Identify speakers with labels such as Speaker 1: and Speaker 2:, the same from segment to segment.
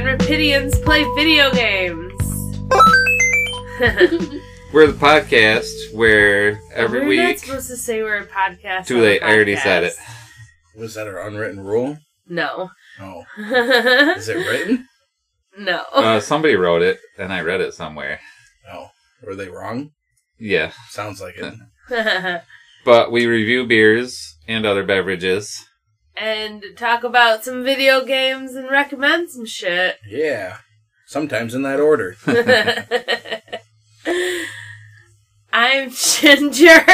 Speaker 1: comedians play video games.
Speaker 2: We're the podcast where every
Speaker 1: We're not
Speaker 2: week.
Speaker 1: supposed to say we're a podcast.
Speaker 2: Too
Speaker 1: on a
Speaker 2: late, I already said it.
Speaker 1: podcast.
Speaker 3: Was that our unwritten rule?
Speaker 1: No.
Speaker 3: Oh, is it written?
Speaker 1: no.
Speaker 2: Uh, somebody wrote it, and I read it somewhere.
Speaker 3: Oh, were they wrong?
Speaker 2: Yeah,
Speaker 3: Sounds like it.
Speaker 2: but we review beers and other beverages.
Speaker 1: and talk about some video games and recommend some shit.
Speaker 3: Yeah, sometimes in that order.
Speaker 1: I'm Ginger.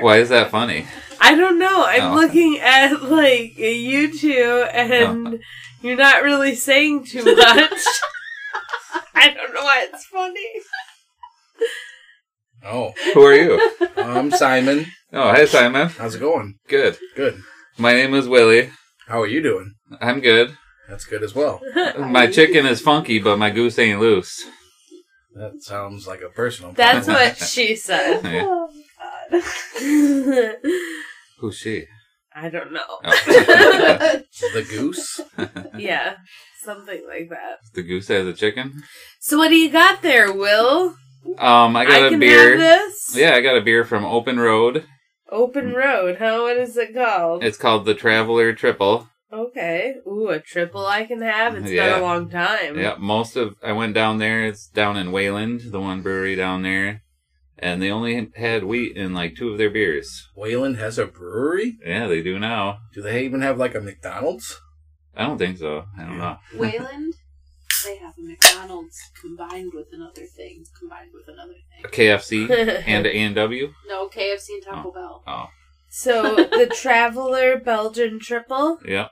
Speaker 2: Why is that funny?
Speaker 1: I don't know. I'm
Speaker 2: Oh.
Speaker 1: looking at like you two, and
Speaker 2: Oh.
Speaker 1: you're not really saying too much. I don't know why it's funny.
Speaker 3: Oh,
Speaker 2: Who are you?
Speaker 3: I'm Simon.
Speaker 2: Oh, hey Simon.
Speaker 3: How's it going?
Speaker 2: Good.
Speaker 3: Good.
Speaker 2: My name is Willie.
Speaker 3: How are you doing?
Speaker 2: I'm good.
Speaker 3: That's good as well.
Speaker 2: My chicken is funky, but my goose ain't loose.
Speaker 3: That sounds like a personal.
Speaker 1: That's
Speaker 3: problem.
Speaker 1: what she said.
Speaker 2: Yeah.
Speaker 4: Oh God.
Speaker 1: I
Speaker 2: Who's she?
Speaker 1: don't know.
Speaker 2: Oh.
Speaker 3: the goose.
Speaker 1: Yeah, something like that.
Speaker 2: the goose has a chicken.
Speaker 1: So what do you got there, Will?
Speaker 2: Um, I got a
Speaker 1: can have
Speaker 2: beer.
Speaker 1: this.
Speaker 2: Yeah, I got a beer from Open Road.
Speaker 1: Open road, huh? What is it called?
Speaker 2: It's called the Traveler Triple.
Speaker 1: okay. Ooh, a triple I can have. It's
Speaker 2: Yeah.
Speaker 1: been a long time.
Speaker 2: Yeah, most of I went down there. It's down in Wayland, the one brewery down there, and they only had wheat in like two of their beers.
Speaker 3: Wayland has a brewery.
Speaker 2: Yeah, they do now.
Speaker 3: Do they even have like a McDonald's?
Speaker 2: I don't think so. I don't know.
Speaker 4: Wayland, they have a McDonald's combined with another thing, combined with another thing.
Speaker 2: KFC and A and W.
Speaker 4: No, KFC and Taco Bell.
Speaker 2: Oh,
Speaker 1: so the Traveler Belgian Triple.
Speaker 2: yeah.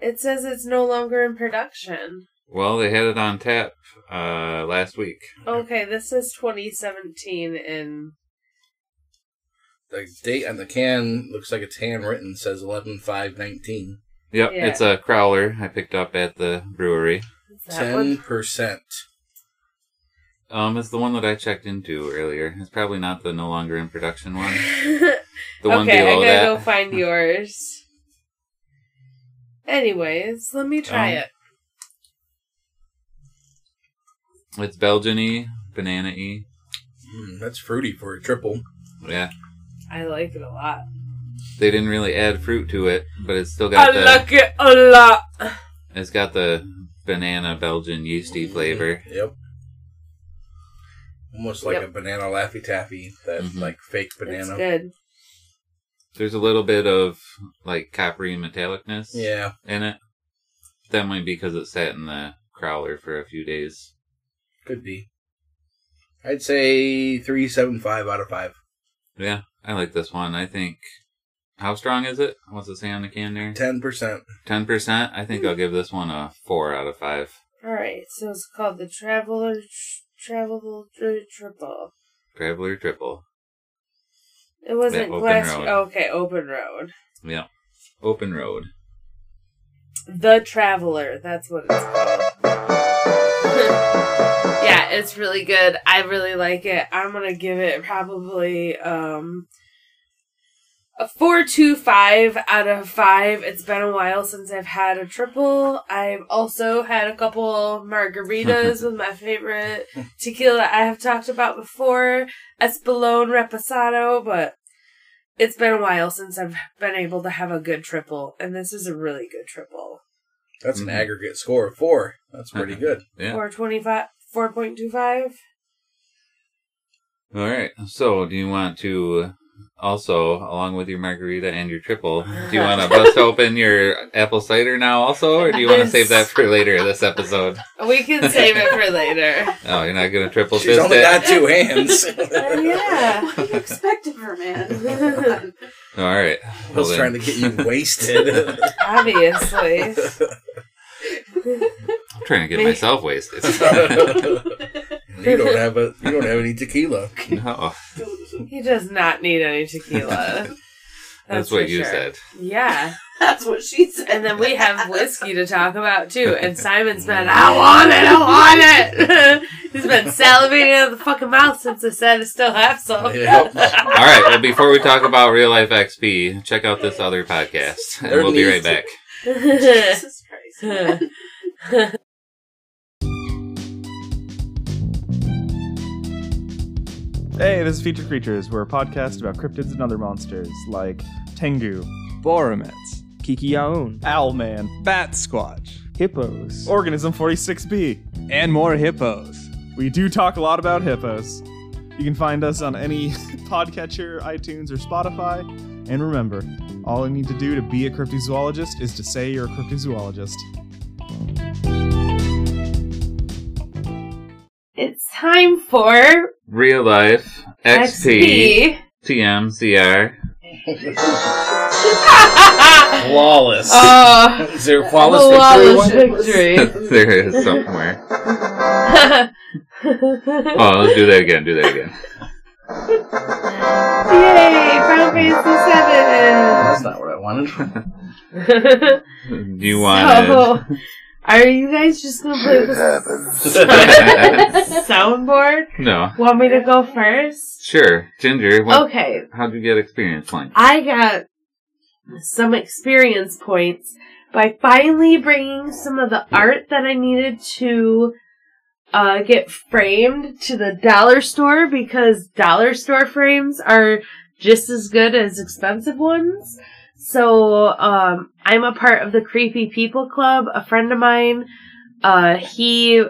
Speaker 1: It says it's no longer in production.
Speaker 2: Well, they had it on tap uh, last week.
Speaker 1: Okay, this is 2017 in.
Speaker 3: The date on the can looks like it's handwritten. Says eleven five nineteen.
Speaker 2: Yep,
Speaker 1: Yeah.
Speaker 2: it's a crowler I picked up at the brewery.
Speaker 1: is that
Speaker 3: Ten
Speaker 1: one?
Speaker 3: percent.
Speaker 2: Um, it's the one that I checked into earlier. It's probably not the no longer in production one. The one
Speaker 1: okay, I
Speaker 2: below
Speaker 1: gotta
Speaker 2: that.
Speaker 1: go find yours. Anyways, let me try
Speaker 2: Um,
Speaker 1: it.
Speaker 2: It's Belgian y, banana y.
Speaker 3: Mm, that's fruity for a triple.
Speaker 2: Yeah.
Speaker 1: I like it a lot.
Speaker 2: They didn't really add fruit to it, but it's still
Speaker 1: I
Speaker 2: got the
Speaker 1: like it a lot.
Speaker 2: it's got the banana Belgian yeasty
Speaker 3: Mm-hmm.
Speaker 2: flavor.
Speaker 3: Yep. Almost like
Speaker 1: Yep.
Speaker 3: a banana laffy taffy. That
Speaker 2: Mhm.
Speaker 3: like fake
Speaker 1: It's
Speaker 3: banana.
Speaker 1: good.
Speaker 2: There's a little bit of like coppery metallicness
Speaker 3: Yeah.
Speaker 2: in it. That might be because it sat in the crowler for a few days.
Speaker 3: Could be. I'd say three seven five out of five.
Speaker 2: Yeah, I like this one. I think how strong is it? What's it say on the can there?
Speaker 3: Ten percent.
Speaker 2: Ten percent. I think I'll give this one a four out of five.
Speaker 1: All right, so it's called the Traveler Tr- Traveler Tr- Triple.
Speaker 2: Traveler triple.
Speaker 1: It wasn't
Speaker 2: open
Speaker 1: glass.
Speaker 2: road.
Speaker 1: Okay, open road.
Speaker 2: Yeah. Open road.
Speaker 1: The Traveler. That's what it's called. yeah, it's really good. I really like it. I'm gonna give it probably um a four two five out of five. It's been a while since I've had a triple. I've also had a couple margaritas with my favorite tequila I have talked about before, Espolón Reposado, but it's been a while since I've been able to have a good triple, and this is a really good triple.
Speaker 3: That's
Speaker 2: Mhm.
Speaker 3: an aggregate score of four. That's pretty good.
Speaker 2: Yeah.
Speaker 1: Or 25, 4.25.
Speaker 2: All right. So, do you want to also, along with your margarita and your triple, do you want to bust open your apple cider now also, or do you want to save that for later this episode?
Speaker 1: We can save it for later.
Speaker 2: Oh, you're not going to triple
Speaker 3: She's
Speaker 2: fist
Speaker 3: only
Speaker 2: it?
Speaker 3: got two hands.
Speaker 1: Oh, yeah.
Speaker 4: What do you expect of her, man?
Speaker 1: man?
Speaker 2: All right.
Speaker 3: I
Speaker 2: Well
Speaker 3: was
Speaker 2: then.
Speaker 3: trying to get you wasted.
Speaker 1: Obviously.
Speaker 2: I'm trying to get
Speaker 1: Maybe-
Speaker 2: myself wasted.
Speaker 3: you don't have a you don't have any tequila.
Speaker 2: no,
Speaker 1: He does not need any tequila. That's,
Speaker 2: that's what
Speaker 1: for
Speaker 2: you
Speaker 1: sure.
Speaker 2: said.
Speaker 1: Yeah.
Speaker 4: That's what she said.
Speaker 1: And then we have whiskey to talk about too. And Simon's been, I want it, I want it. He's been salivating out of the fucking mouth since I said I still have some.
Speaker 2: All
Speaker 3: Yep.
Speaker 2: right. Well, before we talk about real life XP, check out this other podcast, and
Speaker 3: There
Speaker 2: we'll be right
Speaker 3: needs to-
Speaker 2: back.
Speaker 4: Jesus Christ. man.
Speaker 5: Hey, this is Featured Creatures. We're a podcast about cryptids and other monsters like Tengu,
Speaker 6: Boromets,
Speaker 7: Kiki Yaun,
Speaker 5: Owlman,
Speaker 6: Bat Squatch,
Speaker 7: Hippos,
Speaker 5: Organism 46B.
Speaker 6: and more hippos.
Speaker 5: We do talk a lot about hippos. You can find us on any podcatcher, iTunes, or Spotify. And remember, all you need to do to be a cryptozoologist is to say you're a cryptozoologist.
Speaker 1: It's time for
Speaker 2: Real life XP,
Speaker 1: XP.
Speaker 2: TMCR.
Speaker 3: Flawless.
Speaker 1: Oh,
Speaker 3: Is there a flawless,
Speaker 1: flawless
Speaker 3: victory? one?
Speaker 1: victory.
Speaker 2: there is somewhere. Oh, let's do that again. Do that again.
Speaker 1: Yay, Final Fantasy
Speaker 3: That's not what I wanted.
Speaker 1: Seven.
Speaker 2: Do you want
Speaker 1: So, are you guys just gonna play the soundboard?
Speaker 2: No.
Speaker 1: Want me to go first?
Speaker 2: Sure. Ginger, what,
Speaker 1: Okay,
Speaker 2: how'd you get experience points?
Speaker 1: Oh. I got some experience points by finally bringing some of the art that I needed to uh, get framed to the dollar store because dollar store frames are just as good as expensive ones. So um, I'm a part of the Creepy People Club. A friend of mine, uh, he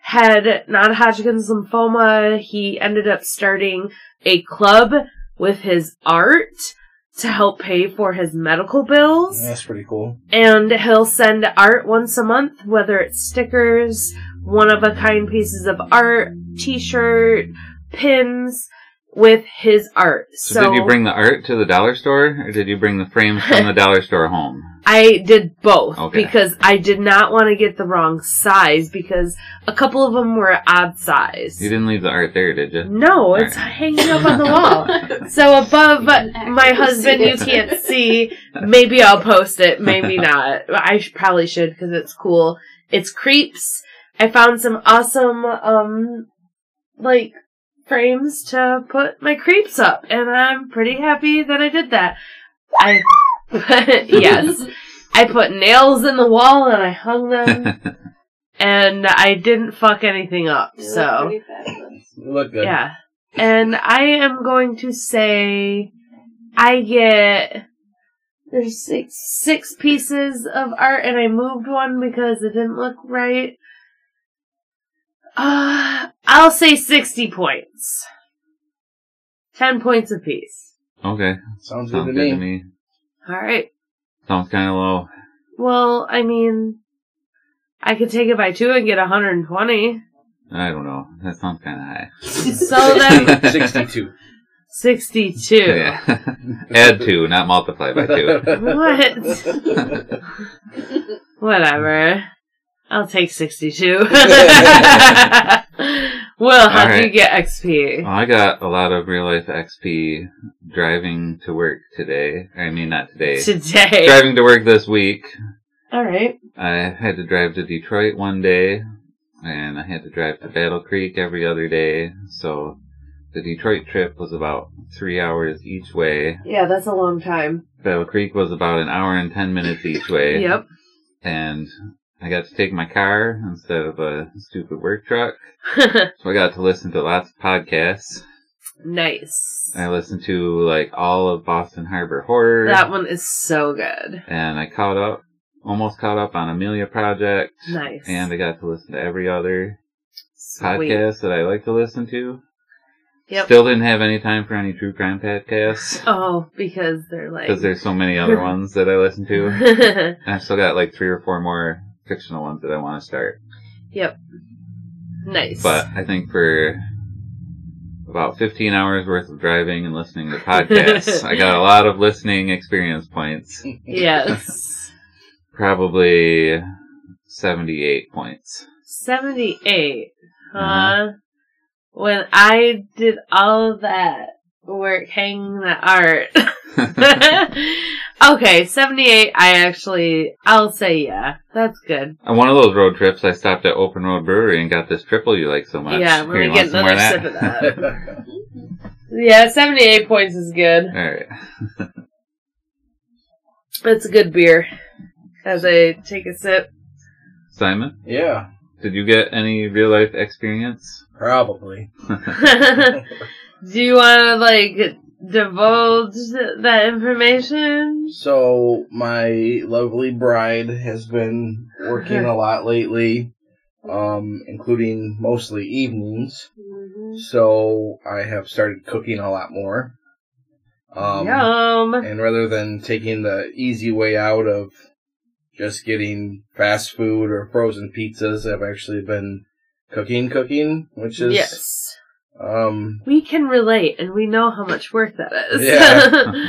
Speaker 1: had non-Hodgkin's lymphoma. He ended up starting a club with his art to help pay for his medical bills.
Speaker 3: That's pretty cool.
Speaker 1: And he'll send art once a month, whether it's stickers, one of a kind pieces of art, t shirt, pins with his art.
Speaker 2: So,
Speaker 1: So,
Speaker 2: did you bring the art to the dollar store, or did you bring the frames from the dollar store home?
Speaker 1: I did both
Speaker 2: Okay.
Speaker 1: because I did not want to get the wrong size because a couple of them were odd size.
Speaker 2: You didn't leave the art there, did you?
Speaker 1: No, it's hanging up on the wall. So above
Speaker 4: You can
Speaker 1: my
Speaker 4: actually
Speaker 1: husband,
Speaker 4: see
Speaker 1: you
Speaker 4: it.
Speaker 1: can't see. Maybe I'll post it. Maybe not. I sh- probably should because it's cool. It's creeps. I found some awesome, um, like frames to put my creeps up, and I'm pretty happy that I did that. I, yes, I put nails in the wall and I hung them, and I didn't fuck anything up.
Speaker 4: You look
Speaker 1: So
Speaker 4: pretty fabulous.
Speaker 3: You look good.
Speaker 1: yeah. And I am going to say I get there's six six pieces of art and I moved one because it didn't look right. Uh, I'll say 60 points. 10 points apiece.
Speaker 2: Okay.
Speaker 3: Sounds good
Speaker 2: Sounds
Speaker 3: to
Speaker 2: good
Speaker 3: me.
Speaker 2: to me.
Speaker 1: All right.
Speaker 2: Sounds kind of low.
Speaker 1: Well, I mean I could take it by 2 and get 120.
Speaker 2: I don't know. That sounds kind of high.
Speaker 1: So then
Speaker 3: 62.
Speaker 1: 62.
Speaker 2: Yeah. Add two, not multiply by two.
Speaker 1: What? Whatever. I'll take 62. Will, how do you
Speaker 2: Alright.
Speaker 1: get XP?
Speaker 2: Well, I got a lot of real life XP driving to work today. I mean, not today.
Speaker 1: Today.
Speaker 2: Driving to work this week.
Speaker 1: Alright.
Speaker 2: I had to drive to Detroit one day, and I had to drive to Battle Creek every other day. So the Detroit trip was about three hours each way.
Speaker 1: Yeah, that's a long time.
Speaker 2: Battle Creek was about an hour and ten minutes each way.
Speaker 1: Yep.
Speaker 2: And I got to take my car instead of a stupid work truck. So I got to listen to lots of podcasts.
Speaker 1: nice.
Speaker 2: I listened to like all of Boston Harbor Horror.
Speaker 1: That one is so good.
Speaker 2: and I caught up, almost caught up on Amelia Project.
Speaker 1: Nice.
Speaker 2: And I got to listen to every other
Speaker 1: Sweet.
Speaker 2: podcast that I like to listen to.
Speaker 1: Yep.
Speaker 2: Still didn't have any time for any true crime podcasts
Speaker 1: Oh, because they're like.
Speaker 2: because there's so many other ones that I listen to. And I've still got like three or four more fictional ones that I want to start.
Speaker 1: yep. Nice.
Speaker 2: But I think for about 15 hours worth of driving and listening to podcasts, I got a lot of listening experience points.
Speaker 1: yes.
Speaker 2: Probably 78 points.
Speaker 1: 78. Huh?
Speaker 2: Uh-huh.
Speaker 1: When I did all of that work hanging the art. okay, 78, I actually, I'll say yeah. That's good.
Speaker 2: On one of those road trips, I stopped at Open Road Brewery and got this triple you like so much.
Speaker 1: yeah, we're
Speaker 2: Here, you
Speaker 1: gonna get
Speaker 2: want some more
Speaker 1: another sip of that.
Speaker 3: That's
Speaker 1: yeah, 78 points is good.
Speaker 2: All right.
Speaker 1: It's a good beer. As I take a sip.
Speaker 2: Simon,
Speaker 3: Yeah.
Speaker 2: Did you get any real life experience?
Speaker 3: Probably.
Speaker 1: Do you want to like divulge that information?
Speaker 3: So my lovely bride has been working a lot lately, um, including mostly evenings. So I have started cooking a lot more. Um,
Speaker 1: Yum.
Speaker 3: And rather than taking the easy way out of just getting fast food or frozen pizzas, I've actually been cooking, cooking, which is
Speaker 1: yes.
Speaker 3: um
Speaker 1: We can relate, and we know how much work that is.
Speaker 3: Yeah.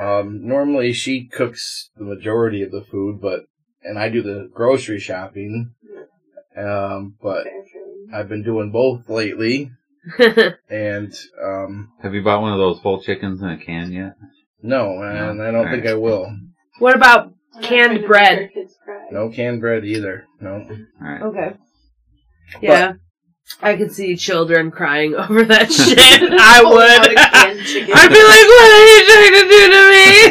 Speaker 3: um normally she cooks the majority of the food, but and I do the grocery shopping. Um, but I've been doing both lately, and um,
Speaker 2: Have you bought one of those whole chickens in a can yet?
Speaker 3: no, and I don't think I will.
Speaker 1: what about?
Speaker 4: I'm not
Speaker 1: Canned
Speaker 4: trying to make
Speaker 1: bread.
Speaker 4: your kids cry.
Speaker 3: No canned bread either. No.
Speaker 2: All right.
Speaker 1: Okay. Yeah. I could see children crying over that shit. I
Speaker 4: Out of
Speaker 1: would.
Speaker 4: canned chicken.
Speaker 1: I'd be like, what are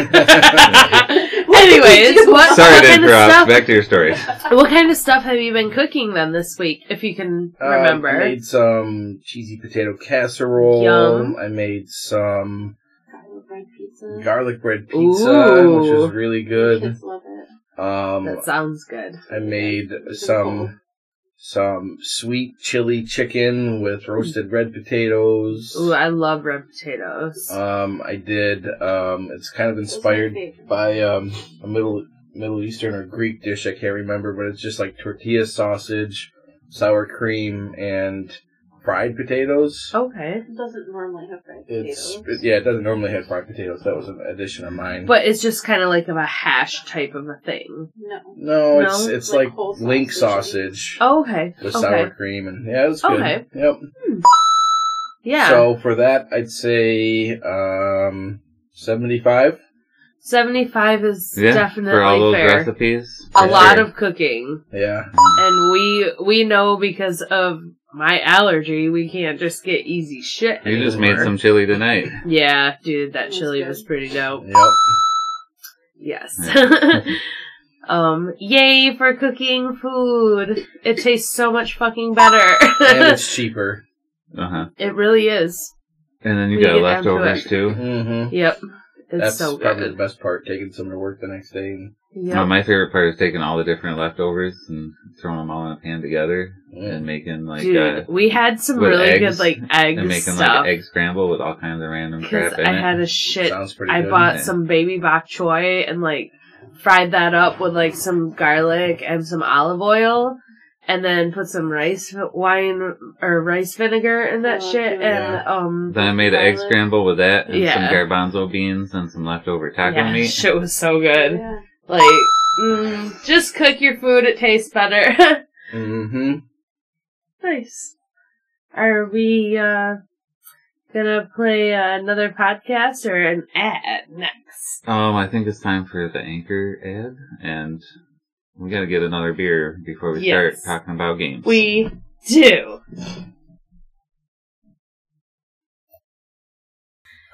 Speaker 1: you trying to do to me? Anyways, what,
Speaker 2: Sorry
Speaker 1: what
Speaker 2: to
Speaker 1: kind of
Speaker 2: interrupt.
Speaker 1: Oh, stuff?
Speaker 2: Back to your story.
Speaker 1: What kind of stuff have you been cooking then this week, if you can
Speaker 3: Uh,
Speaker 1: remember?
Speaker 3: I made some cheesy potato casserole.
Speaker 1: Yum.
Speaker 3: I made some
Speaker 4: Garlic bread pizza.
Speaker 3: garlic bread pizza,
Speaker 1: Ooh.
Speaker 3: which is really good.
Speaker 4: Kids love it.
Speaker 3: Um,
Speaker 1: that sounds good.
Speaker 3: I made some some sweet chili chicken
Speaker 4: Hmm.
Speaker 3: with roasted red potatoes.
Speaker 1: Ooh, I love red potatoes.
Speaker 3: Um, I did. Um, it's kind of
Speaker 4: Those are my
Speaker 3: inspired
Speaker 4: favorite.
Speaker 3: by um, a middle Middle Eastern or Greek dish. I can't remember, but it's just like tortilla sausage, sour cream, and fried potatoes.
Speaker 1: okay.
Speaker 4: It doesn't normally have fried
Speaker 3: It's
Speaker 4: Oh, potatoes.
Speaker 3: it- yeah, it doesn't normally have fried potatoes. That was an addition of mine.
Speaker 1: But it's just kind of like of a hash type of a thing.
Speaker 4: no.
Speaker 3: no, it's
Speaker 1: No?
Speaker 3: it's
Speaker 4: Like
Speaker 3: like,
Speaker 4: whole
Speaker 3: link
Speaker 4: sausage. Oh,
Speaker 1: Oh,
Speaker 3: sausage
Speaker 1: Okay.
Speaker 3: with
Speaker 1: okay.
Speaker 3: sour cream, and yeah, it's good.
Speaker 1: Okay.
Speaker 3: Yep.
Speaker 1: Yeah.
Speaker 3: So for that, I'd say um, seventy-five.
Speaker 1: 75 is
Speaker 2: Yeah.
Speaker 1: definitely
Speaker 2: for all those
Speaker 1: fair.
Speaker 2: recipes.
Speaker 1: A lot
Speaker 3: Fair.
Speaker 1: of cooking.
Speaker 3: Yeah.
Speaker 1: And we we know because of my allergy, we can't just get easy shit.
Speaker 2: You just
Speaker 1: anymore.
Speaker 2: made some chili tonight.
Speaker 1: Yeah, dude, that
Speaker 4: That's
Speaker 1: chili
Speaker 4: good.
Speaker 1: was pretty dope.
Speaker 3: Yep.
Speaker 1: Yes. um, yay for cooking food. It tastes so much fucking
Speaker 3: and
Speaker 1: better.
Speaker 3: it's cheaper.
Speaker 2: Uh huh.
Speaker 1: it really is.
Speaker 2: And then you
Speaker 1: We
Speaker 2: got
Speaker 1: get down to
Speaker 2: leftovers
Speaker 1: it.
Speaker 2: too.
Speaker 3: Mm-hmm.
Speaker 1: Yep. It's
Speaker 3: That's
Speaker 1: so
Speaker 3: probably the
Speaker 1: good.
Speaker 3: best part. Taking some to work the next day. And,
Speaker 1: Yep.
Speaker 2: Uh, my favorite part is taking all the different leftovers and throwing them all in a pan together and making like
Speaker 1: Dude,
Speaker 2: uh,
Speaker 1: we had some
Speaker 2: with
Speaker 1: really
Speaker 2: eggs,
Speaker 1: good like egg
Speaker 2: and making
Speaker 1: stuff
Speaker 2: like egg scramble with all kinds of random
Speaker 1: because
Speaker 2: crap in
Speaker 1: I
Speaker 2: it.
Speaker 1: had a shit.
Speaker 3: sounds pretty
Speaker 1: I
Speaker 3: good.
Speaker 1: bought
Speaker 2: yeah.
Speaker 1: some baby bok choy and like fried that up with like some garlic and some olive oil, and then put some rice vi- wine or rice vinegar in that
Speaker 4: Oh,
Speaker 1: shit,
Speaker 4: cute.
Speaker 1: and
Speaker 3: Yeah.
Speaker 1: um.
Speaker 2: then I made an egg
Speaker 4: Garlic.
Speaker 2: scramble with that and some
Speaker 1: Yeah.
Speaker 2: garbanzo beans and some leftover taco
Speaker 1: yeah,
Speaker 2: meat.
Speaker 1: shit was so good.
Speaker 4: Yeah.
Speaker 1: Like, mm, just cook your food; it tastes better.
Speaker 3: Mm-hmm.
Speaker 1: Nice. Are we uh gonna play uh, another podcast or an ad next?
Speaker 2: Um, I think it's time for the anchor ad, and we gotta get another beer before we
Speaker 1: Yes.
Speaker 2: start talking about games.
Speaker 1: We do.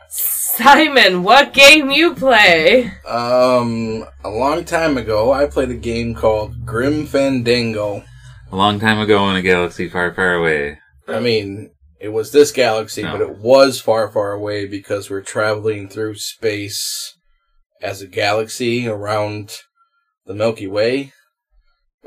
Speaker 1: Simon, what game you play?
Speaker 3: Um, a long time ago, I played a game called Grim Fandango.
Speaker 2: a long time ago in a galaxy far, far away.
Speaker 3: I mean, it was this galaxy,
Speaker 2: No.
Speaker 3: but it was far, far away because we're traveling through space as a galaxy around the Milky Way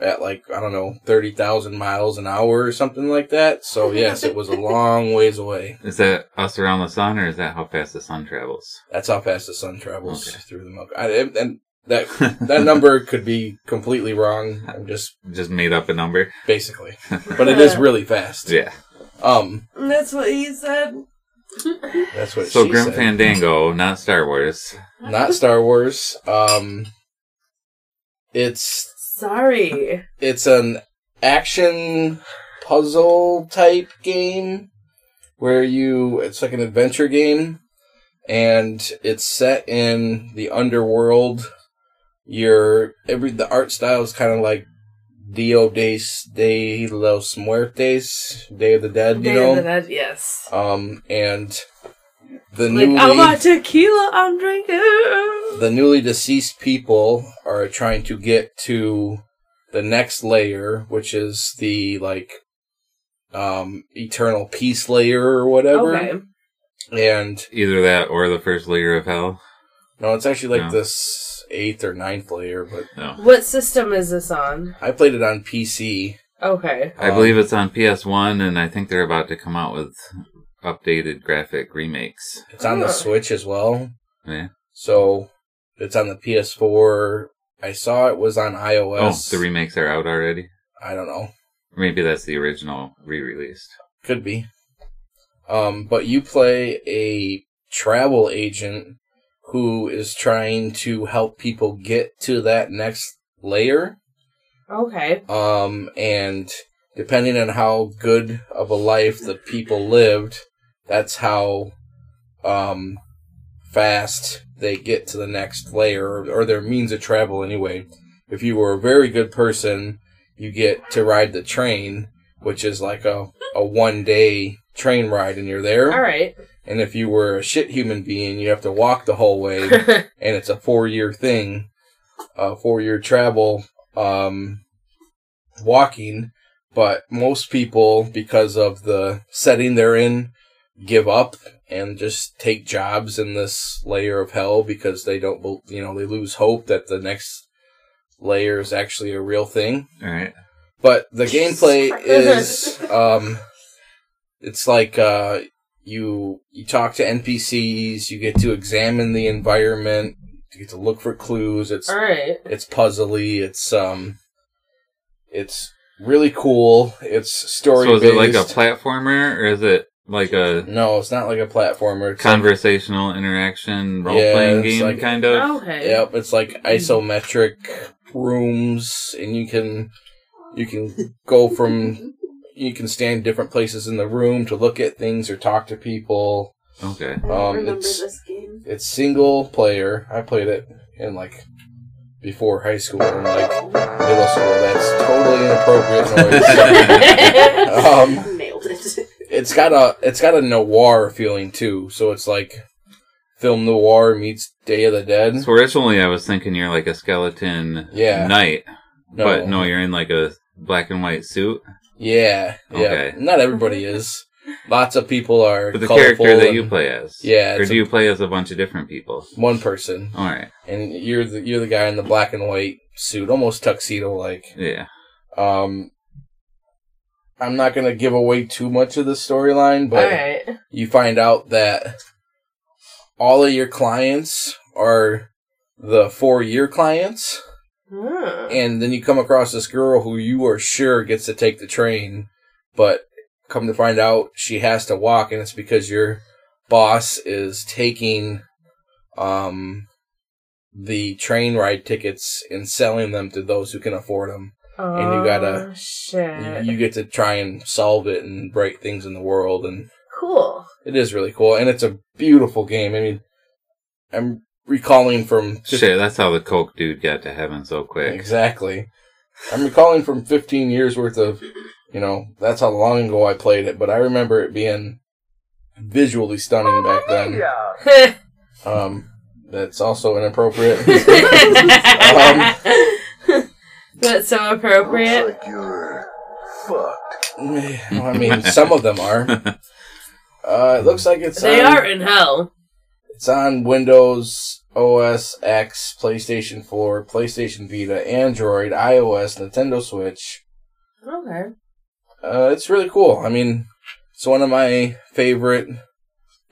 Speaker 3: at like, I don't know, 30,000 miles an hour or something like that. So, yes, it was a long ways away.
Speaker 2: Is that us around the sun, or is that how fast the sun travels?
Speaker 3: That's how fast the sun travels
Speaker 2: Okay.
Speaker 3: through the Milky I, and- and that, that number could be completely wrong. I'm just
Speaker 2: Just made up a number.
Speaker 3: basically, but it is really fast.
Speaker 2: Yeah.
Speaker 3: Um,
Speaker 1: That's what he said.
Speaker 3: that's what
Speaker 2: So
Speaker 3: she
Speaker 2: Grim
Speaker 3: said.
Speaker 2: Fandango, not Star Wars.
Speaker 3: not Star Wars. Um, it's
Speaker 1: Sorry.
Speaker 3: it's an action puzzle type game where you it's like an adventure game, and it's set in the underworld. Your every the art style is kind of like Dio Days de los Muertes, Day of the Dead. You
Speaker 1: Day
Speaker 3: know,
Speaker 1: of the Dead, yes.
Speaker 3: um, and the
Speaker 1: Like,
Speaker 3: newly
Speaker 1: all my tequila I'm drinking.
Speaker 3: the newly deceased people are trying to get to the next layer, which is the like um eternal peace layer or whatever.
Speaker 1: Okay.
Speaker 3: And
Speaker 2: Either that or the first layer of hell.
Speaker 3: no, it's actually like
Speaker 2: Yeah.
Speaker 3: this eighth or ninth layer, but
Speaker 2: No.
Speaker 1: What system is this on?
Speaker 3: I played it on PC.
Speaker 1: Okay.
Speaker 2: I
Speaker 3: Um,
Speaker 2: believe it's on PS1, and I think they're about to come out with updated graphic remakes.
Speaker 3: Um, It's on the
Speaker 1: Oh.
Speaker 3: Switch as well.
Speaker 2: Yeah.
Speaker 3: So it's on the PS4. I saw it was on iOS.
Speaker 2: Oh, the remakes are out already?
Speaker 3: I don't know.
Speaker 2: Maybe that's the original re released.
Speaker 3: Could be. Um, but you play a travel agent who is trying to help people get to that next layer.
Speaker 1: Okay.
Speaker 3: Um, and depending on how good of a life the people lived, that's how um, fast they get to the next layer or, or their means of travel anyway. If you were a very good person, you get to ride the train, which is like a, a one day train ride and you're there.
Speaker 1: All right.
Speaker 3: And if you were a shit human being, you have to walk the whole way and it's a four year thing, uh, four year travel, um, walking. But most people, because of the setting they're in, give up and just take jobs in this layer of hell because they don't, bel- you know, they lose hope that the next layer is actually a real thing.
Speaker 2: All right.
Speaker 3: But the gameplay is, um, it's like, uh, you you talk to NPCs, you get to examine the environment, you get to look for clues. It's
Speaker 1: All right.
Speaker 3: it's puzzly. It's um, it's really cool. It's story.
Speaker 2: So is it like a
Speaker 3: based.
Speaker 2: platformer, or is it like a
Speaker 3: no? It's not like a platformer. It's like-
Speaker 2: conversational interaction role
Speaker 3: Yeah,
Speaker 2: playing
Speaker 3: it's
Speaker 2: game
Speaker 3: like-
Speaker 2: kind of?
Speaker 1: Okay.
Speaker 3: Yep, it's like isometric rooms, and you can you can go from you can stand different places in the room to look at things or talk to people.
Speaker 2: Okay.
Speaker 4: I don't
Speaker 3: Um,
Speaker 4: remember
Speaker 3: it's-
Speaker 4: this game.
Speaker 3: It's single player. I played it in like before high school and like middle school. That's totally inappropriate noise. Um,
Speaker 4: Nailed it.
Speaker 3: it's got a it's got a noir feeling too. So it's like film noir meets Day of the Dead.
Speaker 2: So originally I was thinking you're like a skeleton
Speaker 3: Yeah.
Speaker 2: knight,
Speaker 3: No.
Speaker 2: but no, you're in like a black and white suit.
Speaker 3: Yeah, yeah.
Speaker 2: Okay.
Speaker 3: Not everybody is. Lots of people are.
Speaker 2: But the
Speaker 3: colorful
Speaker 2: character that
Speaker 3: and
Speaker 2: you play as.
Speaker 3: Yeah,
Speaker 2: Or
Speaker 3: it's
Speaker 2: do you play as a bunch of different people?
Speaker 3: One person,
Speaker 2: All right.
Speaker 3: and you're the you're the guy in the black and white suit, almost tuxedo like.
Speaker 2: Yeah.
Speaker 3: Um, I'm not gonna give away too much of the storyline,
Speaker 1: All
Speaker 3: but
Speaker 1: right.
Speaker 3: you find out that all of your clients are the four year clients,
Speaker 1: Hmm.
Speaker 3: and then you come across this girl who you are sure gets to take the train, but come to find out she has to walk, and it's because your boss is taking um the train ride tickets and selling them to those who can afford them. and you gotta-
Speaker 1: Oh,
Speaker 3: you,
Speaker 1: shit.
Speaker 3: you get to try and solve it and break things in the world and
Speaker 1: cool.
Speaker 3: it is really cool and it's a beautiful game i mean i'm recalling from fif-
Speaker 2: Shit, that's how the Coke dude got to heaven so quick.
Speaker 3: exactly i'm recalling from 15 years worth of you know that's how long ago i played it but i remember it being visually stunning back then um that's also inappropriate
Speaker 1: That's so appropriate.
Speaker 3: i mean some of them are uh it looks like it's
Speaker 1: They
Speaker 3: on-
Speaker 1: are in hell.
Speaker 3: It's on Windows, OS X, PlayStation 4, PlayStation Vita, Android, iOS, Nintendo Switch.
Speaker 1: Okay.
Speaker 3: Uh, it's really cool. I mean, it's one of my favorite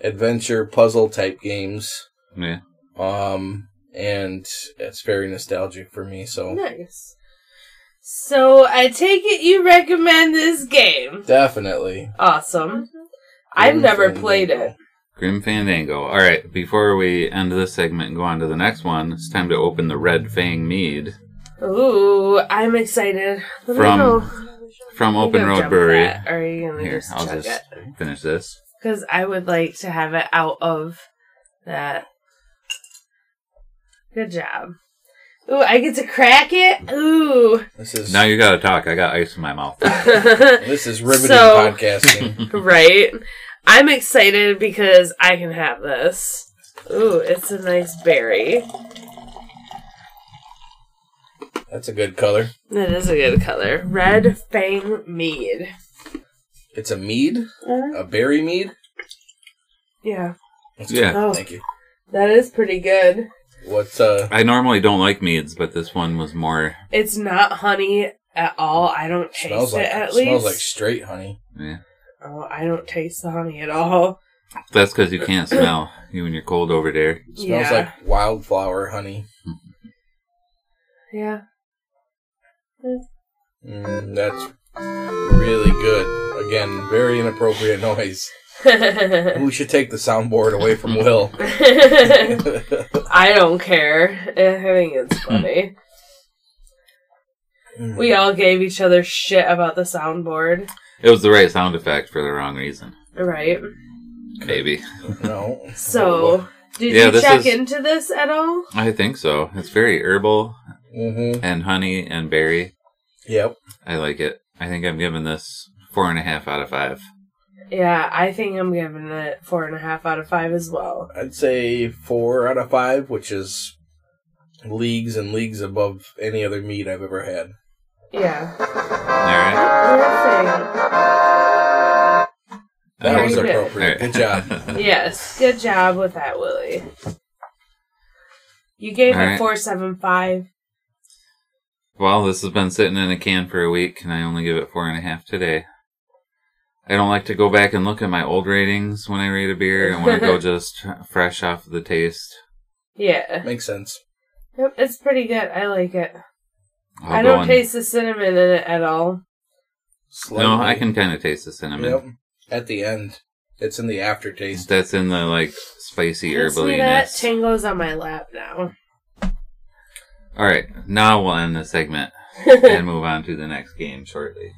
Speaker 3: adventure puzzle type games.
Speaker 2: yeah.
Speaker 3: Um, and it's very nostalgic for me.
Speaker 2: Oh.
Speaker 3: So
Speaker 1: Nice. So I take it you recommend this game.
Speaker 3: definitely,
Speaker 1: Awesome.
Speaker 2: Mhm.
Speaker 1: I've never played it.
Speaker 2: Grim Fandango. All right, before we end this segment and go on to the next one, it's time to open the Red Fang Mead
Speaker 1: Ooh, I'm excited. Let me
Speaker 2: From
Speaker 1: know.
Speaker 2: from
Speaker 1: I think
Speaker 2: Open
Speaker 1: I've
Speaker 2: Road
Speaker 1: jumped
Speaker 2: Brewery.
Speaker 1: that. Or Are you gonna
Speaker 2: Here,
Speaker 1: just
Speaker 2: I'll
Speaker 1: chug
Speaker 2: just
Speaker 1: it?
Speaker 2: finish this.
Speaker 1: Because I would like to have it out of that. Good job. Ooh, I get to crack it. Ooh,
Speaker 3: This is
Speaker 2: Now you gotta talk. I got ice in my mouth.
Speaker 3: this is riveting
Speaker 1: So-
Speaker 3: podcasting.
Speaker 1: right. I'm excited because I can have this. Ooh, it's a nice berry.
Speaker 3: That's a good color.
Speaker 1: That is a good color. Red Fang Mead.
Speaker 3: It's a mead,
Speaker 1: Uh-huh.
Speaker 3: a berry mead.
Speaker 1: Yeah.
Speaker 3: That's
Speaker 2: Yeah.
Speaker 1: Oh.
Speaker 3: Thank you.
Speaker 1: That is pretty good.
Speaker 3: What's uh?
Speaker 2: I normally don't like meads, but this one was more.
Speaker 1: It's not honey at all. I don't taste
Speaker 3: Smells
Speaker 1: it
Speaker 3: like
Speaker 1: at
Speaker 3: smells
Speaker 1: least.
Speaker 3: like straight honey.
Speaker 2: Yeah.
Speaker 1: oh, I don't taste the honey at all.
Speaker 2: That's because you can't smell you when you're cold over there.
Speaker 1: yeah.
Speaker 3: Smells like wildflower honey.
Speaker 1: yeah.
Speaker 3: Mm, that's really good. Again, very inappropriate noise. We should take the soundboard away from Will.
Speaker 1: I don't care. I think it's funny.
Speaker 3: Hmm.
Speaker 1: we all gave each other shit about the soundboard.
Speaker 2: It was the right sound effect for the wrong reason.
Speaker 1: Right.
Speaker 2: Maybe.
Speaker 3: no.
Speaker 1: So, did
Speaker 2: Yeah,
Speaker 1: you
Speaker 2: this
Speaker 1: check
Speaker 2: is-
Speaker 1: into this at all?
Speaker 2: I think so. It's very herbal
Speaker 3: Mm-hmm.
Speaker 2: and honey and berry.
Speaker 3: Yep.
Speaker 2: I like it. I think I'm giving this four and a half out of five.
Speaker 1: Yeah, I think I'm giving it four and a half out of five as well.
Speaker 3: I'd say four out of five, which is leagues and leagues above any other meat I've ever had.
Speaker 1: Yeah.
Speaker 2: All right.
Speaker 1: Red
Speaker 3: That
Speaker 1: Very
Speaker 3: was
Speaker 1: good.
Speaker 3: appropriate. Good job.
Speaker 1: Fang. Yes. Good job with that, Willie. You gave
Speaker 2: All
Speaker 1: it
Speaker 2: right.
Speaker 1: four seven five.
Speaker 2: Well, this has been sitting in a can for a week, and I only give it four and a half today. I don't like to go back and look at my old ratings when I rate a beer. I want to go just fresh off the taste.
Speaker 1: Yeah.
Speaker 3: Makes sense.
Speaker 1: Yep, it's pretty good. I like it.
Speaker 2: I'll
Speaker 1: I'll I do
Speaker 2: go
Speaker 1: not
Speaker 2: and-
Speaker 1: taste the cinnamon in it at all.
Speaker 2: No,
Speaker 3: Slightly.
Speaker 2: I can kind of taste the cinnamon.
Speaker 3: Yep. At the end, it's in the aftertaste.
Speaker 2: That's in the like spicy
Speaker 1: You See that
Speaker 2: herbaliness.
Speaker 1: tango's on my lap now.
Speaker 2: All right, now we'll end the segment and move on to the next game shortly.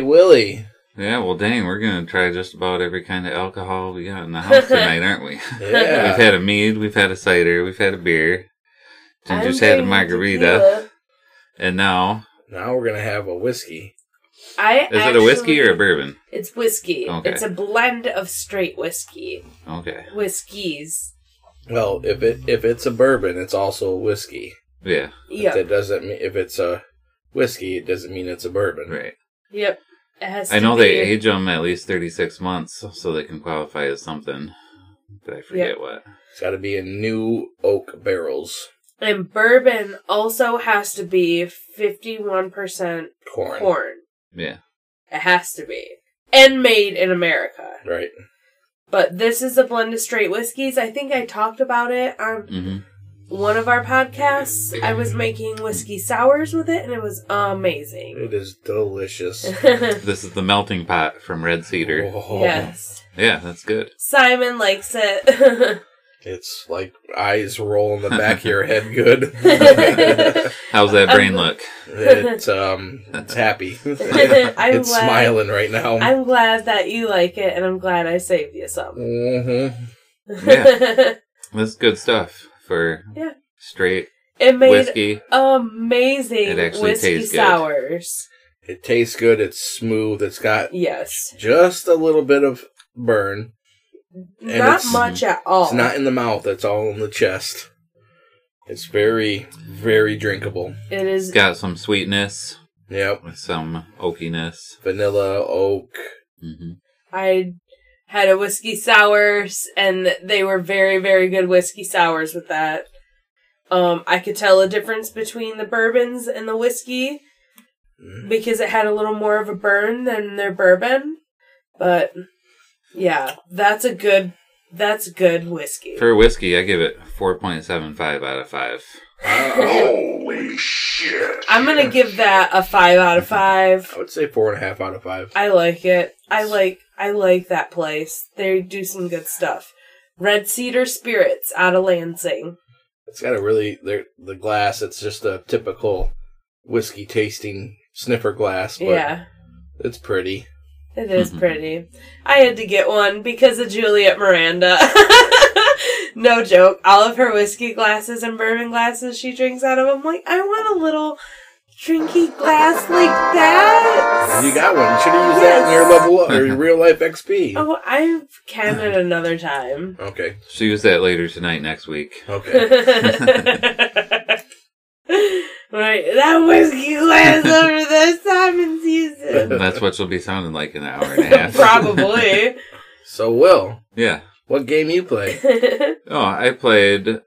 Speaker 3: Willie.
Speaker 2: Yeah, well, dang, we're gonna try just about every kind of alcohol we got in the house tonight, aren't we? We've
Speaker 3: Yeah.
Speaker 2: had a mead, we've had a cider, we've had a beer, Ginger's had a
Speaker 1: drinking
Speaker 2: margarita,
Speaker 1: tequila.
Speaker 2: and now
Speaker 3: now we're gonna have a whiskey.
Speaker 1: I
Speaker 2: is it a whiskey or a bourbon?
Speaker 1: It's whiskey.
Speaker 2: Okay.
Speaker 1: It's a blend of straight whiskey.
Speaker 2: Okay,
Speaker 1: Whiskeys.
Speaker 3: Well, if it if it's a bourbon, it's also a whiskey.
Speaker 2: yeah,
Speaker 1: Yep.
Speaker 3: That doesn't mean if it's a whiskey, it doesn't mean it's a bourbon.
Speaker 2: right.
Speaker 1: Yep. It has
Speaker 2: I
Speaker 1: to
Speaker 2: know they
Speaker 1: be-
Speaker 2: age them at least thirty-six months, so they can qualify as something. But I forget what.
Speaker 3: It's got to be in new oak barrels.
Speaker 1: And bourbon also has to be 51%
Speaker 3: Corn.
Speaker 1: corn.
Speaker 2: Yeah,
Speaker 1: It has to be. And made in America.
Speaker 3: Right.
Speaker 1: But this is a blend of straight whiskeys. I think I talked about it on
Speaker 2: hmm
Speaker 1: one of our podcasts. I was making whiskey sours with it, and it was amazing.
Speaker 3: It is delicious.
Speaker 2: this is the melting pot from Red Cedar.
Speaker 3: Oh,
Speaker 1: yes.
Speaker 2: Yeah, that's good.
Speaker 1: Simon likes it.
Speaker 3: It's like eyes roll in the back of your head. Good.
Speaker 2: How's that
Speaker 1: Um,
Speaker 2: brain look?
Speaker 3: it's um, it's happy.
Speaker 1: I'm
Speaker 3: it's
Speaker 1: glad-
Speaker 3: smiling right now.
Speaker 1: I'm glad that you like it, and I'm glad I saved you some.
Speaker 3: Mhm.
Speaker 2: Yeah. That's good stuff for
Speaker 1: Yeah.
Speaker 2: straight
Speaker 1: it made
Speaker 2: whiskey.
Speaker 1: amazing
Speaker 2: It actually
Speaker 1: whiskey
Speaker 2: tastes good.
Speaker 1: sours.
Speaker 3: It tastes good. It's smooth. It's got
Speaker 1: Yes,
Speaker 3: just a little bit of burn. And
Speaker 1: not
Speaker 3: it's-
Speaker 1: much at all.
Speaker 3: It's not in the mouth. It's all in the chest. It's very, very drinkable.
Speaker 1: It is-
Speaker 2: It's got some sweetness,
Speaker 3: Yep.
Speaker 2: with some oakiness.
Speaker 3: Vanilla, oak.
Speaker 2: hmm
Speaker 1: I had a whiskey sours, and they were very, very good whiskey sours with that. Um, I could tell a difference between the bourbons and the whiskey
Speaker 3: Mm.
Speaker 1: because it had a little more of a burn than their bourbon. But yeah, that's a good. That's good whiskey.
Speaker 2: For whiskey, I give it 4.75 out of 5.
Speaker 3: Uh,
Speaker 1: I'm gonna give that a five out of five.
Speaker 3: I would say four and a half out of five.
Speaker 1: I like it. I like I like that place. They do some good stuff. Red Cedar Spirits out of Lansing.
Speaker 3: It's got a really they're- the glass. It's just a typical whiskey tasting sniffer glass, but
Speaker 1: yeah,
Speaker 3: it's pretty.
Speaker 1: it is pretty. I had to get one because of Juliet Miranda. no joke. All of her whiskey glasses and bourbon glasses she drinks out of. I'm like, I want a little drinky glass like that.
Speaker 3: You got one. You should have used that in your level up or your real life XP.
Speaker 1: Oh, I can at another time.
Speaker 3: Okay,
Speaker 2: She'll use that later tonight, next week.
Speaker 3: okay.
Speaker 1: I Right, that whiskey glass over the salmon season.
Speaker 2: That's what she'll be sounding like in an hour and a half.
Speaker 1: Probably.
Speaker 3: So, Will,
Speaker 2: yeah.
Speaker 3: what game you play?
Speaker 2: Oh, I played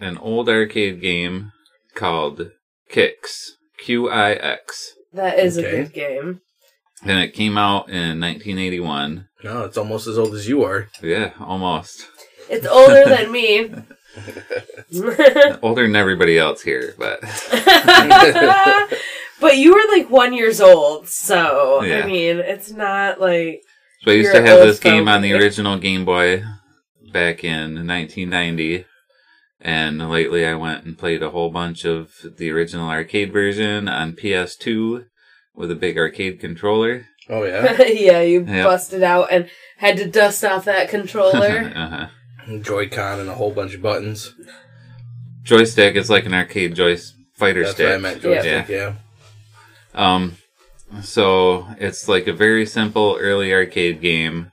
Speaker 2: an old arcade game called Kicks. Q I X.
Speaker 1: that is
Speaker 3: Okay.
Speaker 1: a good game.
Speaker 2: And it came out in 1981.
Speaker 3: No, it's almost as old as you are.
Speaker 2: Yeah, almost.
Speaker 1: It's older than me.
Speaker 2: Older than everybody else here, but
Speaker 1: but you were like one years old, so
Speaker 2: Yeah.
Speaker 1: I mean, it's not like
Speaker 2: so I used
Speaker 1: You're
Speaker 2: to have
Speaker 1: old
Speaker 2: this game on the
Speaker 1: folk.
Speaker 2: original Game Boy back in 1990. And lately I went and played a whole bunch of the original arcade version on PS2 with a big arcade controller.
Speaker 3: Oh, yeah.
Speaker 1: yeah, you
Speaker 2: Yeah.
Speaker 1: busted out and had to dust off that controller.
Speaker 2: uh-huh.
Speaker 3: Joy-Con and a whole bunch of buttons.
Speaker 2: Joystick is like an arcade joystick fighter
Speaker 3: That's
Speaker 2: stick.
Speaker 3: what I meant, joystick, yeah.
Speaker 2: Um, so it's like a very simple early arcade game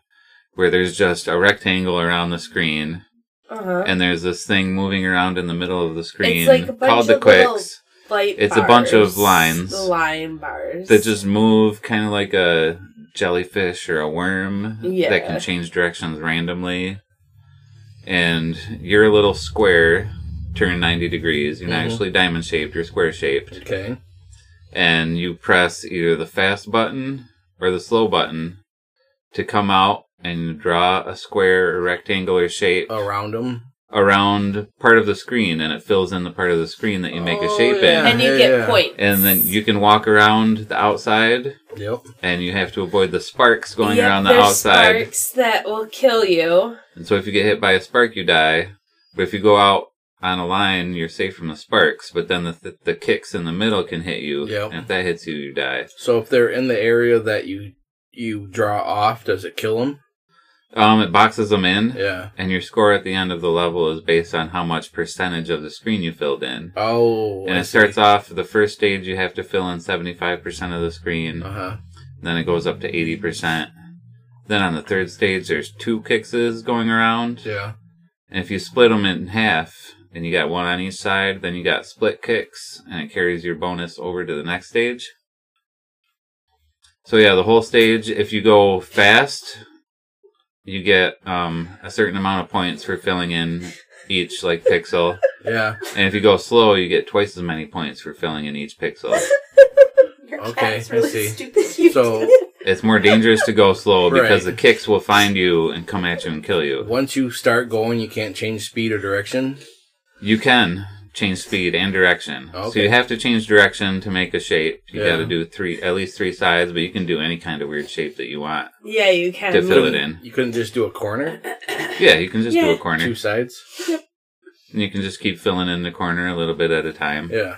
Speaker 2: where there's just a rectangle around the screen,
Speaker 1: uh-huh.
Speaker 2: and there's this thing moving around in the middle of the screen
Speaker 1: It's like a bunch
Speaker 2: called the
Speaker 1: of little
Speaker 2: quicks
Speaker 1: Light
Speaker 2: it's a bunch of
Speaker 1: bars.
Speaker 2: lines.
Speaker 1: The line bars.
Speaker 2: that just move kind of like a jellyfish or a worm that
Speaker 1: Yeah.
Speaker 2: can change directions randomly. And you're a little square turned 90 degrees. You're not
Speaker 3: Mhm.
Speaker 2: actually diamond shaped, you're square shaped.
Speaker 3: Okay.
Speaker 2: and you press either the fast button or the slow button to come out and draw a square or rectangular shape
Speaker 3: Around them.
Speaker 2: around part of the screen and it fills in the part of the screen that you make a
Speaker 3: Oh,
Speaker 2: shape in.
Speaker 1: and you
Speaker 3: Yeah,
Speaker 1: get
Speaker 3: yeah.
Speaker 1: points.
Speaker 2: And then you can walk around the outside
Speaker 3: Yep.
Speaker 2: and you have to avoid the sparks going
Speaker 1: Yep,
Speaker 2: around the
Speaker 1: there's
Speaker 2: outside.
Speaker 1: Sparks that will kill you.
Speaker 2: And so if you get hit by a spark, you die. But if you go out on a line, you're safe from the sparks, but then the, th- the kicks in the middle can hit you.
Speaker 3: Yep.
Speaker 2: And if that hits you, you die.
Speaker 3: So if they're in the area that you you draw off, does it kill them?
Speaker 2: Um, it boxes them in.
Speaker 3: Yeah.
Speaker 2: and your score at the end of the level is based on how much percentage of the screen you filled in.
Speaker 3: Oh.
Speaker 2: and it starts off the first stage you have to fill in 75% of the screen,
Speaker 3: Uh huh.
Speaker 2: then it goes up to 80%. Then on the third stage there's two kickses going around.
Speaker 3: Yeah.
Speaker 2: And if you split them in half and you got one on each side, then you got split kicks and it carries your bonus over to the next stage. So yeah, the whole stage if you go fast, you get um, a certain amount of points for filling in each like pixel.
Speaker 3: Yeah.
Speaker 2: And if you go slow, you get twice as many points for filling in each pixel.
Speaker 4: Your
Speaker 3: Okay,
Speaker 4: cat's
Speaker 3: I
Speaker 4: really
Speaker 3: see.
Speaker 4: stupid. You
Speaker 3: So
Speaker 2: It's more dangerous to go slow because
Speaker 3: Right.
Speaker 2: the kicks will find you and come at you and kill you.
Speaker 3: once you start going, you can't change speed or direction.
Speaker 2: You can change speed and direction. So
Speaker 3: Okay.
Speaker 2: you have to change direction to make a shape. You
Speaker 3: Yeah.
Speaker 2: got to do three, at least three sides, but you can do any kind of weird shape that you want
Speaker 1: Yeah, you can.
Speaker 2: to fill it in.
Speaker 3: You couldn't just do a corner,
Speaker 2: Yeah, you can just do
Speaker 1: Yeah.
Speaker 2: a corner.
Speaker 3: two sides.
Speaker 2: And you can just keep filling in the corner a little bit at a time.
Speaker 3: Yeah.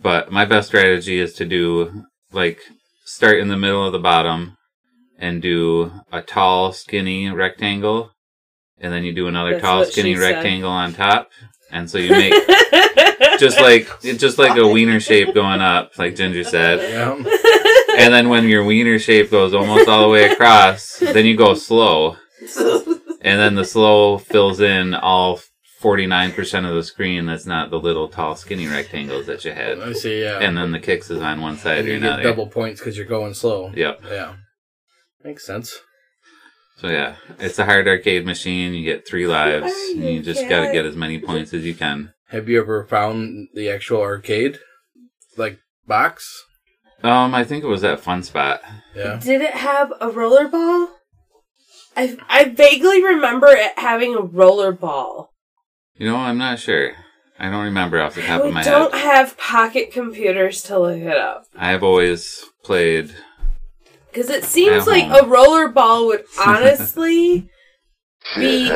Speaker 2: But my best strategy is to do like start in the middle of the bottom and do a tall, skinny rectangle, and then you do another
Speaker 1: That's
Speaker 2: tall,
Speaker 1: what she
Speaker 2: skinny
Speaker 1: said.
Speaker 2: rectangle on top, and so you make just like it's just like a wiener shape going up, like Ginger said.
Speaker 3: Yeah.
Speaker 2: And then when your wiener shape goes almost all the way across, then you go slow, and then the slow fills in all. 49% of the screen that's not the little tall skinny rectangles that you had
Speaker 3: I see. Uh, Yeah.
Speaker 2: and then the kicks is on one side
Speaker 3: And
Speaker 2: or
Speaker 3: you get
Speaker 2: another.
Speaker 3: double points because you're going slow.
Speaker 2: Yep.
Speaker 3: Yeah. Makes sense.
Speaker 2: So yeah, it's a hard arcade machine. You get three lives.
Speaker 1: Are
Speaker 2: And
Speaker 1: you
Speaker 2: you just got to
Speaker 1: kidding?
Speaker 2: get as many points as you can.
Speaker 3: Have you ever found the actual arcade, like box?
Speaker 2: Um, I think it was that fun spot.
Speaker 3: Yeah.
Speaker 1: Did it have a rollerball? I I vaguely remember it having a rollerball.
Speaker 2: You know, I'm not sure. I don't remember off the top
Speaker 1: We
Speaker 2: of my
Speaker 1: don't
Speaker 2: head.
Speaker 1: have pocket computers to look it up
Speaker 2: I have always played.
Speaker 1: because it seems
Speaker 2: At
Speaker 1: like
Speaker 2: home.
Speaker 1: a rollerball would honestly be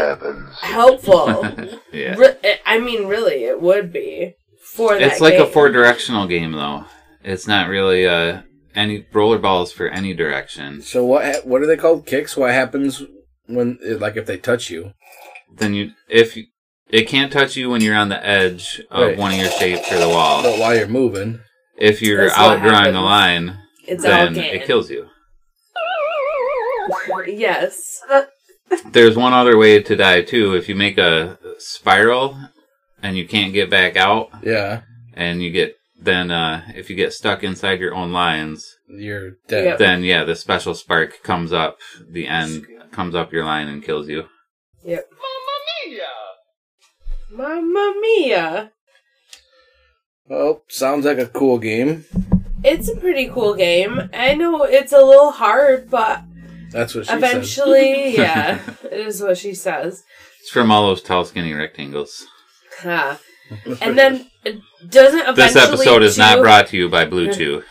Speaker 1: helpful.
Speaker 2: yeah,
Speaker 1: Re- I mean, really, it would be for that.
Speaker 2: it's like a
Speaker 1: game.
Speaker 2: four directional game though. It's not really uh any rollerballs for any direction.
Speaker 3: So what? Ha- what are they called? Kicks. What happens when, like, if they touch you?
Speaker 2: Then you if you, it can't touch you when you're on the edge of
Speaker 3: Right.
Speaker 2: one of your shapes or the wall.
Speaker 3: But while you're moving,
Speaker 2: if you're
Speaker 1: That's what
Speaker 2: outdrawing the
Speaker 1: happens.
Speaker 2: line,
Speaker 1: It's all
Speaker 2: then
Speaker 1: game.
Speaker 2: it kills you.
Speaker 1: Yes.
Speaker 2: There's one other way to die too. If you make a spiral and you can't get back out,
Speaker 3: yeah,
Speaker 2: and you get then uh, if you get stuck inside your own lines,
Speaker 3: You're dead.
Speaker 1: Yep.
Speaker 2: then yeah, the special spark comes up. The end comes up your line and kills you.
Speaker 1: Mamma mia!
Speaker 3: Well, Oh, sounds like a cool game.
Speaker 1: It's a pretty cool game. I know it's a little hard, but
Speaker 3: That's what she said.
Speaker 1: eventually, yeah, it is what she says.
Speaker 2: It's from all those tall, skinny rectangles.
Speaker 1: Huh. And then it doesn't eventually
Speaker 2: This episode is not
Speaker 1: two-
Speaker 2: brought to you by Blue Chew.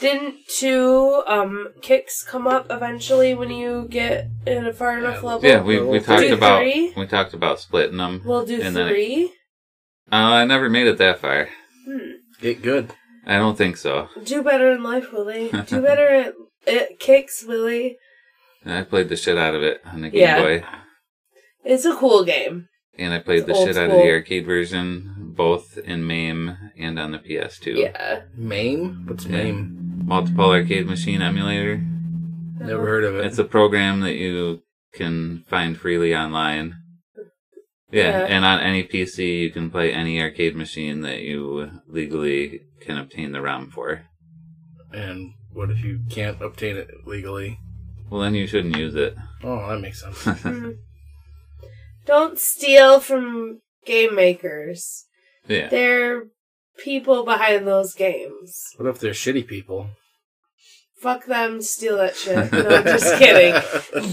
Speaker 1: Didn't two um kicks come up eventually when you get in a far enough
Speaker 3: Yeah.
Speaker 1: level?
Speaker 2: Yeah, we, we
Speaker 3: We'll
Speaker 2: talked
Speaker 1: do
Speaker 2: about
Speaker 1: three.
Speaker 2: we talked about splitting them.
Speaker 1: We'll do
Speaker 2: And then it-
Speaker 1: three.
Speaker 2: Uh, I never made it that far.
Speaker 3: Get good.
Speaker 2: I don't think so.
Speaker 1: Do better in life, Willie. Do better at, at kicks, Willie.
Speaker 2: And I played the shit out of it on the Game
Speaker 1: Yeah.
Speaker 2: Boy,
Speaker 1: It's a cool game.
Speaker 2: and I played
Speaker 1: It's
Speaker 2: the
Speaker 1: old
Speaker 2: shit out of
Speaker 1: school.
Speaker 2: the arcade version, both in MAME and on the PS2.
Speaker 1: Yeah.
Speaker 3: Mame? What's
Speaker 2: Yeah.
Speaker 3: Mame?
Speaker 2: Multiple arcade machine emulator.
Speaker 3: Never heard of it.
Speaker 2: It's a program that you can find freely online. Yeah,
Speaker 1: Yeah.
Speaker 2: and on any PC, you can play any arcade machine that you legally can obtain the ROM for.
Speaker 3: and what if you can't obtain it legally?
Speaker 2: Well, then you shouldn't use it.
Speaker 3: Oh, that makes sense.
Speaker 1: Hmm. Don't steal from game makers.
Speaker 2: Yeah.
Speaker 1: They're people behind those games.
Speaker 3: what if they're shitty people?
Speaker 1: Fuck them, steal that shit. No, I'm just kidding.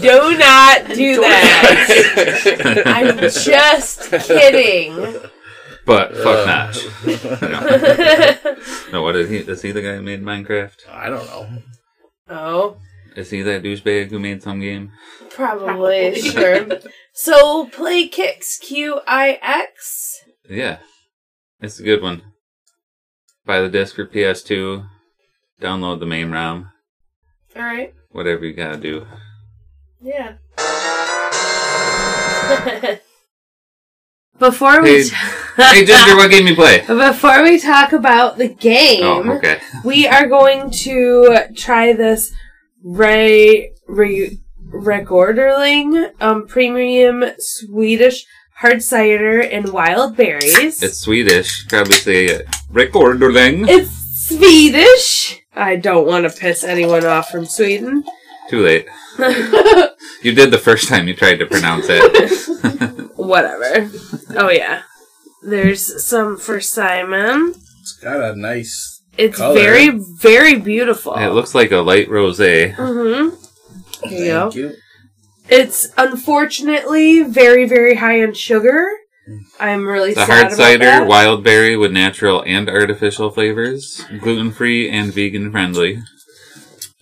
Speaker 1: Do not do that. I'm just kidding.
Speaker 2: But fuck not.
Speaker 3: Uh,
Speaker 2: no.
Speaker 1: oh.
Speaker 2: no, what is he? Is he the guy who made Minecraft?
Speaker 3: I don't know.
Speaker 2: Is he that douchebag who made some game?
Speaker 1: Oh, Probably, sure. So play kicks Q I X.
Speaker 2: Yeah. It's a good one. Buy the disc for PS2. Download the main ROM.
Speaker 1: All right.
Speaker 2: Whatever you gotta do.
Speaker 1: Yeah. Before we
Speaker 2: Hey- Hey, Ginger, what game you play?
Speaker 1: before we talk about the game,
Speaker 2: Oh, okay.
Speaker 1: we are going to try this Ray re, Recorderling um, premium Swedish hard cider and wild berries.
Speaker 2: It's Swedish. Probably say uh, it. Rekorderling.
Speaker 1: It's Swedish. I don't want to piss anyone off from Sweden.
Speaker 2: Too late. You did the first time you tried to pronounce it.
Speaker 1: Whatever. Oh yeah. There's some for Simon.
Speaker 3: It's got a nice.
Speaker 1: It's
Speaker 3: Color.
Speaker 1: very, very beautiful.
Speaker 2: it looks like a light rosé.
Speaker 1: Mm-hmm. There you go.
Speaker 3: Thank you.
Speaker 1: It's unfortunately very, very high in sugar. I'm really
Speaker 2: Mm. The
Speaker 1: sad
Speaker 2: hard
Speaker 1: about
Speaker 2: cider,
Speaker 1: that.
Speaker 2: wild berry with natural and artificial flavors, gluten free and vegan friendly.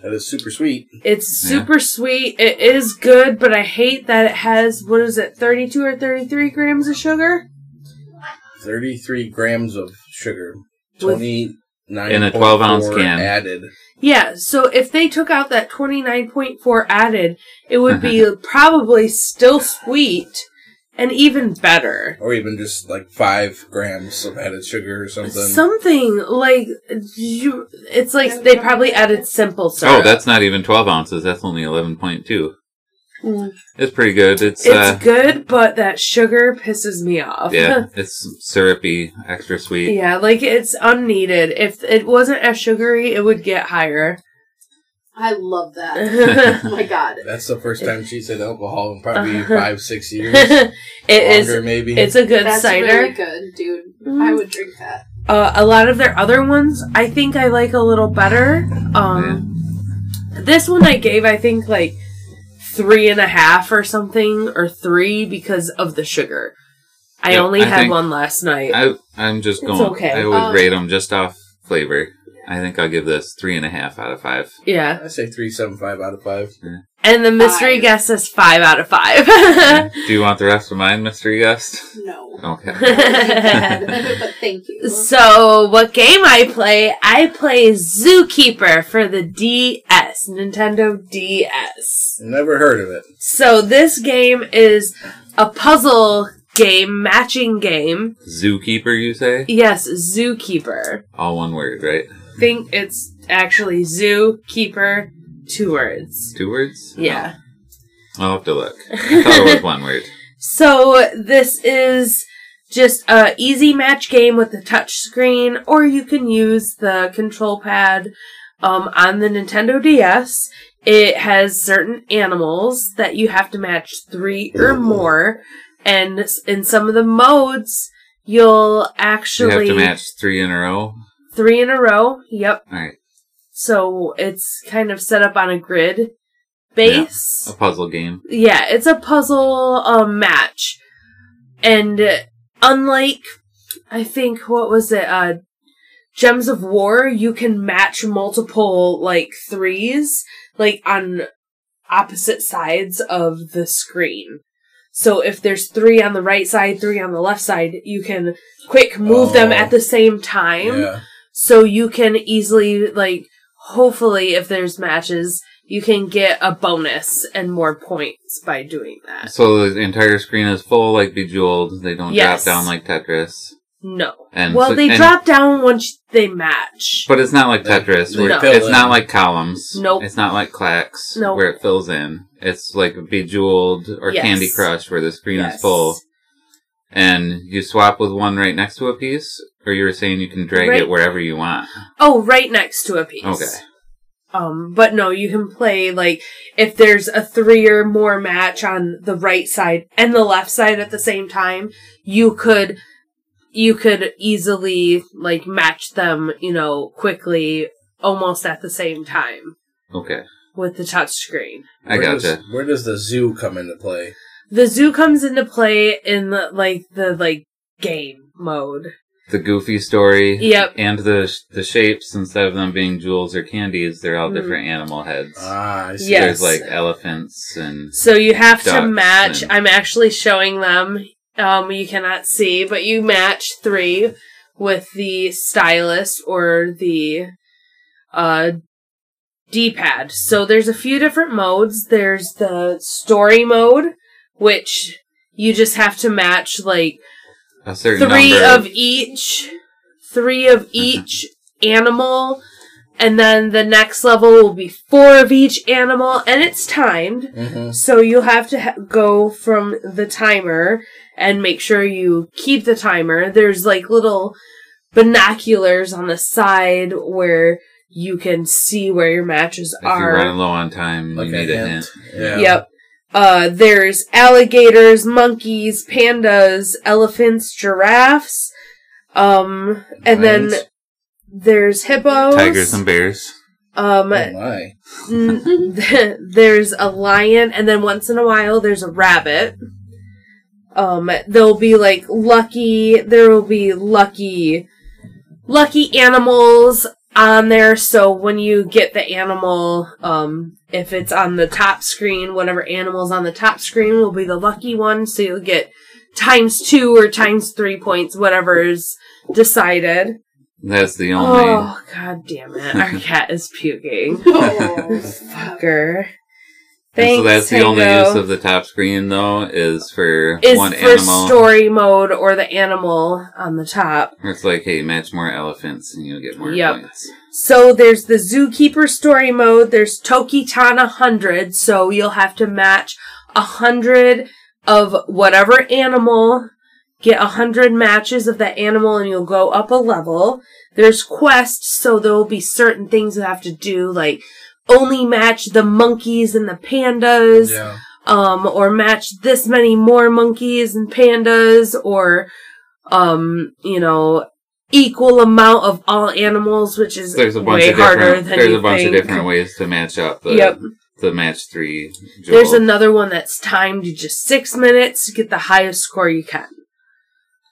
Speaker 3: That is super sweet.
Speaker 1: It's
Speaker 2: Yeah.
Speaker 1: super sweet. It is good, but I hate that it has what is it, 32 or 33 grams of sugar?
Speaker 3: 33 grams of sugar.
Speaker 1: With-
Speaker 3: 29
Speaker 2: In a 12 ounce can.
Speaker 3: Added.
Speaker 1: Yeah. So if they took out that 29.4 added, it would be
Speaker 2: Uh-huh.
Speaker 1: probably still sweet and even better.
Speaker 3: Or even just like 5 grams of added sugar or something.
Speaker 1: Something like you, it's like they probably added simple syrup.
Speaker 2: Oh, that's not even 12 ounces. That's only 11.2.
Speaker 1: Mm.
Speaker 2: It's pretty good. It's, uh,
Speaker 1: It's good, but that sugar pisses me off.
Speaker 2: yeah, it's syrupy, extra sweet.
Speaker 1: Yeah, like it's unneeded. If it wasn't as sugary, it would get higher.
Speaker 4: I love that.
Speaker 1: it
Speaker 4: oh my god.
Speaker 3: That's the first time she said alcohol in probably
Speaker 1: Uh-huh.
Speaker 3: 5, 6 years. Longer,
Speaker 1: is.
Speaker 3: maybe.
Speaker 1: It's a good
Speaker 4: That's
Speaker 1: cider. Mm-hmm.
Speaker 4: really good, dude. I would drink that.
Speaker 1: Uh, a lot of their other ones, I think I like a little better. Um, this one I gave, I think like three and a half or something, or three because of the sugar. I
Speaker 2: Yeah,
Speaker 1: only
Speaker 2: I
Speaker 1: had
Speaker 2: think-
Speaker 1: one last night.
Speaker 2: I, I'm just
Speaker 1: It's
Speaker 2: going.
Speaker 1: okay.
Speaker 2: I always
Speaker 4: Um,
Speaker 2: rate them just off flavor. I think I'll give this three and a half out of five.
Speaker 1: yeah,
Speaker 3: I say 375 out of 5.
Speaker 1: and the mystery
Speaker 4: Five.
Speaker 1: guess is five out of five.
Speaker 2: Do you want the rest of mine, Mr. Guest?
Speaker 4: No.
Speaker 2: Okay.
Speaker 4: but thank you.
Speaker 1: So, what game I play? I play Zookeeper for the DS, Nintendo DS.
Speaker 3: Never heard of it.
Speaker 1: So, this game is a puzzle game, matching game.
Speaker 2: Zookeeper, you say?
Speaker 1: Yes, Zookeeper.
Speaker 2: All one word, right?
Speaker 1: think it's actually Zookeeper, two words.
Speaker 2: Two words?
Speaker 1: Yeah.
Speaker 2: I'll have to look. I thought it was one word.
Speaker 1: So this is Just a easy match game with a touch screen, or you can use the control pad um, on the Nintendo DS. It has certain animals that you have to match three or more, and s- in some of the modes, you'll
Speaker 2: You have
Speaker 1: actually
Speaker 2: to match three in a row.
Speaker 1: three in a row. Yep.
Speaker 2: All right,
Speaker 1: So it's kind of set up on a grid base.
Speaker 2: a puzzle game.
Speaker 1: Yeah, it's a puzzle um, match. And uh, unlike, I think, what was it, uh, Gems of War, you can match multiple, like, threes, like, on opposite sides of the screen. So if there's three on the right side, three on the left side, you can quick move them
Speaker 3: Oh.
Speaker 1: at the same time
Speaker 3: Yeah.
Speaker 1: so you can easily like hopefully if there's matches you can get a bonus and more points by doing that
Speaker 2: So the entire screen is full, like Bejeweled. They don't
Speaker 1: Yes.
Speaker 2: drop down like Tetris.
Speaker 1: no
Speaker 2: And
Speaker 1: well
Speaker 2: so-
Speaker 1: they
Speaker 2: and-
Speaker 1: drop down once they match
Speaker 2: But it's not like
Speaker 3: They-
Speaker 2: Tetris.
Speaker 3: they
Speaker 2: Where
Speaker 1: fill
Speaker 2: It's
Speaker 3: in.
Speaker 2: not like columns.
Speaker 1: Nope.
Speaker 2: It's not like clacks
Speaker 1: Nope.
Speaker 2: where it fills in. It's like Bejeweled or
Speaker 1: Yes.
Speaker 2: Candy Crush where the screen
Speaker 1: Yes.
Speaker 2: is full. And you swap with one right next to a piece, or you were saying you can drag
Speaker 1: Right.
Speaker 2: it wherever you want.
Speaker 1: oh right next to a piece
Speaker 2: Okay.
Speaker 1: um but no you can play like if there's a three or more match on the right side and the left side at the same time you could you could easily like match them you know quickly almost at the same time
Speaker 2: Okay.
Speaker 1: with the touch screen.
Speaker 2: I
Speaker 3: Where
Speaker 2: gotcha.
Speaker 3: does- where does the zoo come into play?
Speaker 1: The zoo comes into play in the like the like game mode.
Speaker 2: the goofy story.
Speaker 1: Yep.
Speaker 2: And the the shapes instead of them being jewels or candies, they're all
Speaker 1: Mhm.
Speaker 2: different animal heads.
Speaker 3: Ah, I see.
Speaker 1: Yeah. yes.
Speaker 2: There's like elephants and
Speaker 1: So you have to
Speaker 2: Ducks
Speaker 1: match.
Speaker 2: and-
Speaker 1: I'm actually showing them. Um, you cannot see, but you match three with the stylus or the uh D-pad. So there's a few different modes. There's the story mode, which you just have to match like
Speaker 2: a certain
Speaker 1: three
Speaker 2: number
Speaker 1: of each three of each animal and then the next level will be four of each animal and it's timed
Speaker 3: Mm-hmm.
Speaker 1: so you'll have to ha- go from the timer and make sure you keep the timer there's like little binoculars on the side where you can see where your matches
Speaker 2: if
Speaker 1: are
Speaker 2: you're running low on time,
Speaker 3: Like
Speaker 2: you
Speaker 3: a
Speaker 2: need a hint.
Speaker 3: hint. Yeah.
Speaker 1: Yep. Uh, there's alligators, monkeys, pandas, elephants, giraffes. Um, and then
Speaker 3: Lions.
Speaker 1: there's hippos.
Speaker 2: Tigers and bears.
Speaker 1: um,
Speaker 3: Oh my.
Speaker 1: n- Mm-hmm. there's a lion, and then once in a while there's a rabbit. Um, there'll be like lucky. There will be lucky, lucky animals on there. So when you get the animal, um, if it's on the top screen, whatever animal's on the top screen will be the lucky one. So you'll get times two or times three points, whatever is decided.
Speaker 2: That's the only
Speaker 1: Oh god damn it! Our cat is puking.
Speaker 4: Oh,
Speaker 1: Fucker.
Speaker 2: and
Speaker 1: Thanks,
Speaker 2: so that's the only
Speaker 1: Tango.
Speaker 2: use of the top screen though, is for
Speaker 1: is
Speaker 2: one
Speaker 1: for
Speaker 2: animal.
Speaker 1: story mode or the animal on the top.
Speaker 2: it's like, hey, match more elephants and you'll get more
Speaker 1: Yep.
Speaker 2: points.
Speaker 1: So there's the zookeeper story mode. There's Tokitana 100, so you'll have to match a hundred of whatever animal. Get a hundred matches of that animal, and you'll go up a level. There's quests, so there will be certain things you have to do, like only match the monkeys and the pandas.
Speaker 3: Yeah.
Speaker 1: um, or match this many more monkeys and pandas, or, um, you know, equal amount of all animals, which is
Speaker 2: There's a bunch
Speaker 1: way
Speaker 2: of
Speaker 1: harder
Speaker 2: different
Speaker 1: than
Speaker 2: there's
Speaker 1: you
Speaker 2: a bunch
Speaker 1: think.
Speaker 2: of different ways to match up the
Speaker 1: Yep.
Speaker 2: the match three jewels.
Speaker 1: There's another one that's timed to just six minutes to get the highest score you can.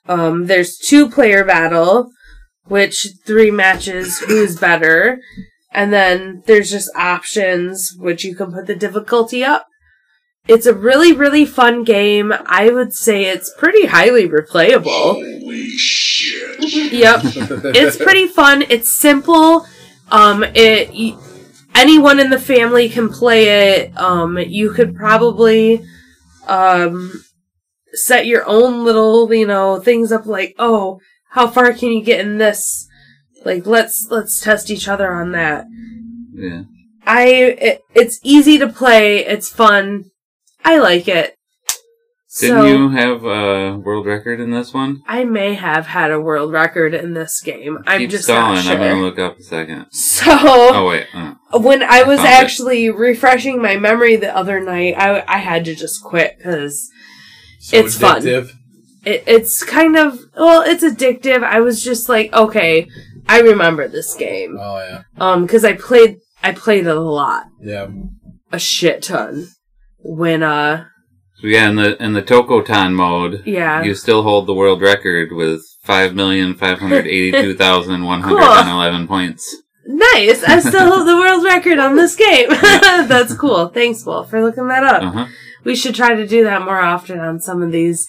Speaker 1: Um, there's two player battle, which three matches who's better. And then there's just options, which you can put the difficulty up. It's a really, really fun game. I would say it's pretty highly replayable. Yep it's pretty fun. It's simple. Um, it y- anyone in the family can play it. Um, you could probably um set your own little you know things up like oh how far can you get in this like let's let's test each other on that
Speaker 2: yeah.
Speaker 1: i it, it's easy to play it's fun i like it
Speaker 2: Didn't
Speaker 1: so
Speaker 2: you have a world record in this one?
Speaker 1: I may have had a world record in this game. I'm
Speaker 2: Keep
Speaker 1: just
Speaker 2: stalling.
Speaker 1: not sure.
Speaker 2: I'm gonna look up a second.
Speaker 1: so
Speaker 2: Oh wait. uh,
Speaker 1: when I was
Speaker 2: found it.
Speaker 1: actually refreshing my memory the other night, I I had to just quit because
Speaker 3: So
Speaker 1: It's fun. it, it's kind of well, it's addictive. I was just like, okay, I remember this game,
Speaker 3: Oh yeah,
Speaker 1: um, because I played I played it a lot,
Speaker 3: yeah.
Speaker 1: a shit ton. When uh,
Speaker 2: So yeah, in the in the Tokotan mode,
Speaker 1: yeah,
Speaker 2: you still hold the world record with five million five hundred eighty two thousand one hundred and eleven points.
Speaker 1: nice. I still hold the world record on this game. That's cool. Thanks, Wolf, for looking that up.
Speaker 2: Uh huh.
Speaker 1: We should try to do that more often on some of these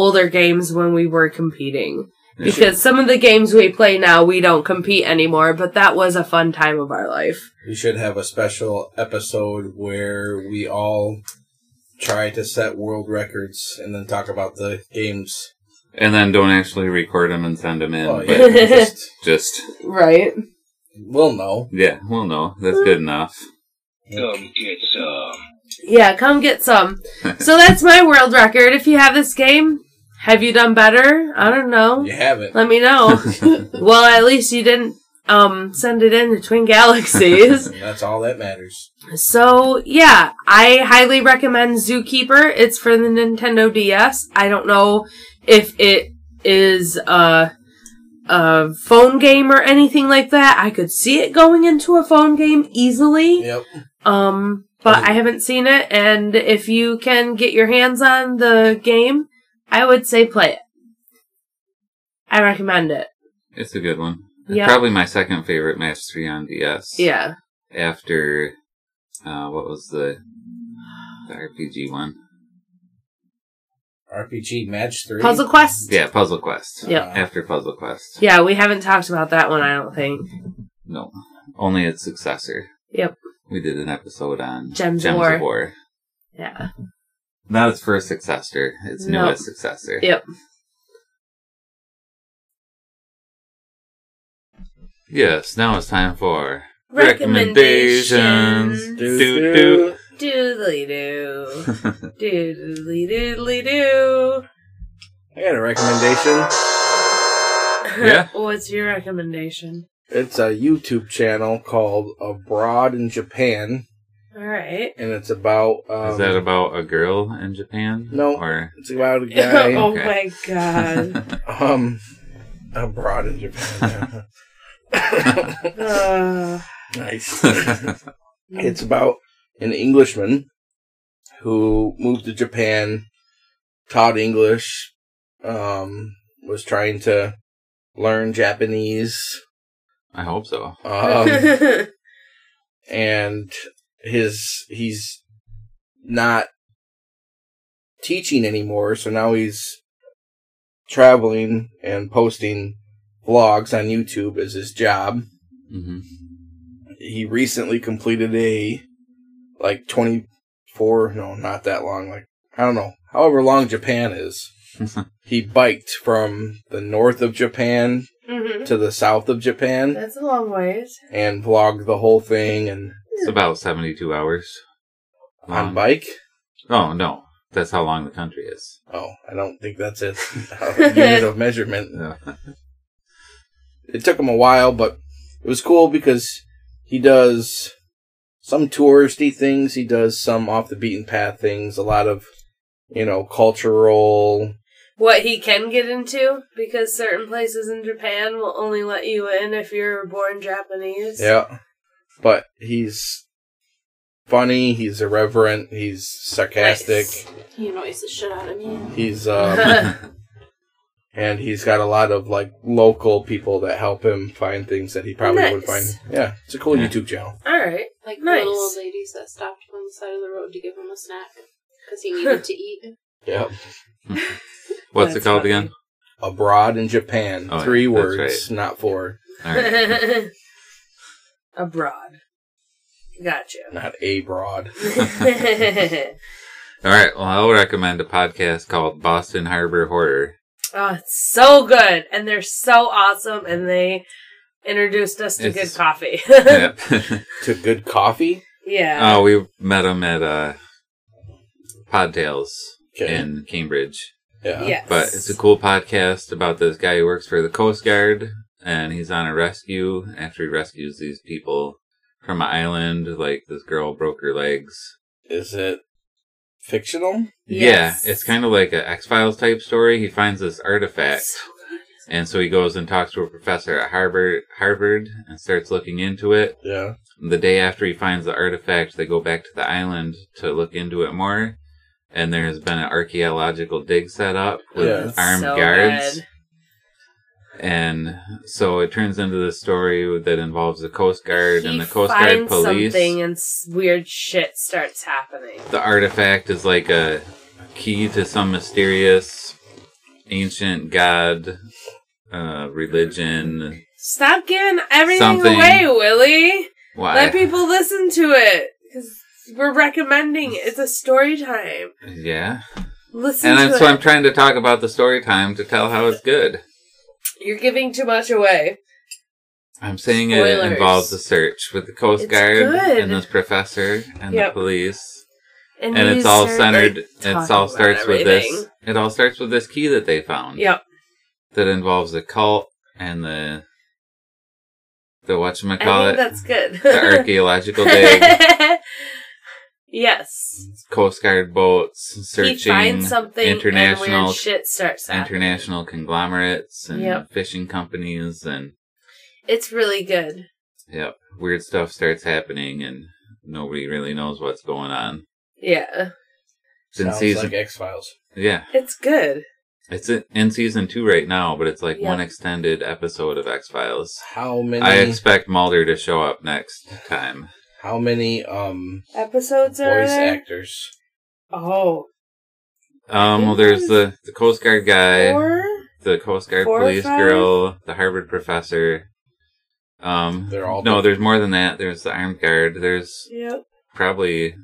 Speaker 1: older games when we were competing.
Speaker 2: Yeah.
Speaker 1: Because some of the games we play now, we don't compete anymore, but that was a fun time of our life.
Speaker 3: We should have a special episode where we all try to set world records and then talk about the games.
Speaker 2: And then don't actually record them and send them in,
Speaker 3: Oh,
Speaker 2: but
Speaker 3: yeah, we just,
Speaker 2: just
Speaker 1: Right.
Speaker 3: we'll know.
Speaker 2: yeah. Well, no, that's good enough.
Speaker 7: Come get some.
Speaker 1: Yeah, come get some. so that's my world record. If you have this game, have you done better? I don't know.
Speaker 3: You haven't.
Speaker 1: Let me know. well, at least you didn't um send it in to Twin Galaxies.
Speaker 3: And that's all that matters.
Speaker 1: So yeah, I highly recommend Zookeeper. It's for the Nintendo DS. I don't know if it is a a phone game or anything like that. I could see it going into a phone game easily.
Speaker 3: Yep.
Speaker 1: Um, but I haven't seen it. And if you can get your hands on the game, I would say play it. I recommend it.
Speaker 2: It's a good one.
Speaker 1: Yeah.
Speaker 2: Probably my second favorite mastery on DS.
Speaker 1: Yeah.
Speaker 2: After, uh, what was the, the RPG one?
Speaker 3: RPG match three.
Speaker 1: Puzzle Quest.
Speaker 2: Yeah, Puzzle Quest.
Speaker 1: Yeah.
Speaker 2: After Puzzle Quest.
Speaker 1: Yeah, we haven't talked about that one. I don't think.
Speaker 2: No, only its successor.
Speaker 1: Yep.
Speaker 2: We did an episode on
Speaker 1: Gems of
Speaker 2: Gems
Speaker 1: War.
Speaker 2: of War.
Speaker 1: Yeah.
Speaker 2: Not its first successor, its
Speaker 1: No.
Speaker 2: newest successor.
Speaker 1: Yep.
Speaker 2: Yes, now it's time for
Speaker 1: Recommendations.
Speaker 2: recommendations. Do, do.
Speaker 1: Doodly doo. Doodly doodly doo.
Speaker 3: I got a recommendation.
Speaker 2: Yeah.
Speaker 1: What's your recommendation?
Speaker 3: It's a YouTube channel called Abroad in Japan,
Speaker 1: All right.
Speaker 3: and it's about um,
Speaker 2: Is that about a girl in Japan?
Speaker 3: No.
Speaker 2: Or
Speaker 3: it's about a guy.
Speaker 1: oh
Speaker 2: Okay.
Speaker 1: my god.
Speaker 3: um abroad in Japan. yeah.
Speaker 1: Uh,
Speaker 3: nice. it's about an Englishman who moved to Japan, taught English, um, was trying to learn Japanese,
Speaker 2: I hope so.
Speaker 3: um, and his he's not teaching anymore, so now he's traveling and posting vlogs on YouTube as his job.
Speaker 2: hmm
Speaker 3: he recently completed a like 24 no not that long like i don't know however long japan is he biked from the north of japan
Speaker 1: Mhm.
Speaker 3: to the south of japan
Speaker 1: That's a long ways.
Speaker 3: and vlogged the whole thing and
Speaker 2: It's about 72 hours.
Speaker 3: on
Speaker 2: long.
Speaker 3: bike
Speaker 2: Oh, no. That's how long the country is.
Speaker 3: oh i don't think that's it unit of measurement
Speaker 2: Yeah.
Speaker 3: it took him a while, but it was cool because he does some touristy things, he does some off the beaten path things, a lot of you know cultural.
Speaker 1: What he can get into, because certain places in Japan will only let you in if you're born Japanese.
Speaker 3: Yeah, but he's funny. He's irreverent. He's sarcastic.
Speaker 4: He annoys the shit out of me.
Speaker 3: He's um, and he's got a lot of like local people that help him find things that he probably would find.
Speaker 1: Nice.
Speaker 3: Yeah, it's a cool
Speaker 2: Yeah.
Speaker 3: YouTube channel.
Speaker 1: All right.
Speaker 4: Like the
Speaker 1: Nice.
Speaker 4: little old ladies that stopped him on the side of the road to give him a snack because he needed to eat.
Speaker 3: Yeah,
Speaker 2: What's it
Speaker 1: That's
Speaker 2: called
Speaker 1: funny.
Speaker 2: again?
Speaker 3: abroad in Japan,
Speaker 2: Oh,
Speaker 3: three
Speaker 2: yeah, that's
Speaker 3: words,
Speaker 2: right.
Speaker 3: not four.
Speaker 2: All right.
Speaker 1: Abroad. Gotcha.
Speaker 3: not abroad.
Speaker 2: All right. Well, I'll recommend a podcast called Boston Harbor Horror.
Speaker 1: Oh, it's so good, and they're so awesome, and they introduced us to
Speaker 2: It's-
Speaker 1: good coffee.
Speaker 2: Yep.
Speaker 3: to good coffee.
Speaker 1: yeah.
Speaker 2: oh, we met him at uh, Podtails
Speaker 3: Okay.
Speaker 2: in Cambridge.
Speaker 3: yeah.
Speaker 1: Yes.
Speaker 2: Um, But it's a cool podcast about this guy who works for the Coast Guard and he's on a rescue after he rescues these people from an island. Like this girl broke her legs.
Speaker 3: Is it fictional?
Speaker 1: Yes.
Speaker 2: Yeah, it's kind of like an X Files type story. He finds this artifact. And so he goes and talks to a professor at Harvard, Harvard, and starts looking into it.
Speaker 3: Yeah.
Speaker 2: The day after he finds the artifact, they go back to the island to look into it more. And there has been an archaeological dig set up with
Speaker 3: Yeah.
Speaker 2: armed
Speaker 1: So
Speaker 2: guards.
Speaker 1: good.
Speaker 2: And so it turns into this story that involves the Coast Guard and
Speaker 1: He
Speaker 2: the Coast Guard
Speaker 1: finds
Speaker 2: police.
Speaker 1: Something and s- weird shit starts happening.
Speaker 2: The artifact is like a key to some mysterious ancient god uh, religion.
Speaker 1: Stop giving everything
Speaker 2: Something.
Speaker 1: away, Willie.
Speaker 2: Why?
Speaker 1: Let people listen to it because we're recommending. It's a story time.
Speaker 2: yeah.
Speaker 1: Listen
Speaker 2: And
Speaker 1: to
Speaker 2: I'm,
Speaker 1: it.
Speaker 2: so I'm trying to talk about the story time to tell how it's good.
Speaker 1: You're giving too much away.
Speaker 2: I'm saying
Speaker 1: Spoilers.
Speaker 2: it involves a search with the Coast
Speaker 1: It's
Speaker 2: Guard
Speaker 1: good.
Speaker 2: and this professor and
Speaker 1: Yep.
Speaker 2: the police.
Speaker 1: And,
Speaker 2: And,
Speaker 1: you
Speaker 2: it's all
Speaker 1: start,
Speaker 2: centered,
Speaker 1: like,
Speaker 2: it's
Speaker 1: talking
Speaker 2: all
Speaker 1: about
Speaker 2: starts with this,
Speaker 1: everything.
Speaker 2: it all starts with this key that they found.
Speaker 1: Yep.
Speaker 2: that involves the cult and the the
Speaker 1: I
Speaker 2: whatchamacallit,
Speaker 1: think that's good.
Speaker 2: the archaeological dig,
Speaker 1: yes.
Speaker 2: Coast Guard boats, searching
Speaker 1: he finds something and
Speaker 2: international
Speaker 1: weird shit starts happening.
Speaker 2: international conglomerates and
Speaker 1: Yep.
Speaker 2: fishing companies and
Speaker 1: It's really good.
Speaker 2: yep, weird stuff starts happening and nobody really knows what's going on.
Speaker 1: Yeah.
Speaker 2: It's in
Speaker 3: Sounds
Speaker 2: season,
Speaker 3: like X Files.
Speaker 2: yeah,
Speaker 1: It's good.
Speaker 2: it's in- in season two right now, but it's like
Speaker 1: Yeah.
Speaker 2: one extended episode of X Files.
Speaker 3: How many?
Speaker 2: I expect Mulder to show up next time.
Speaker 3: how many um
Speaker 1: Episodes
Speaker 3: voice
Speaker 1: are there?
Speaker 3: actors?
Speaker 1: Oh.
Speaker 2: Um, well,
Speaker 1: think
Speaker 2: there's the the Coast Guard guy.
Speaker 1: Four?
Speaker 2: the Coast Guard
Speaker 1: Four or
Speaker 2: police
Speaker 1: five?
Speaker 2: girl, the Harvard professor. Um,
Speaker 3: They're all
Speaker 2: no. There's more than that. There's the armed guard. There's
Speaker 1: Yep.
Speaker 2: probably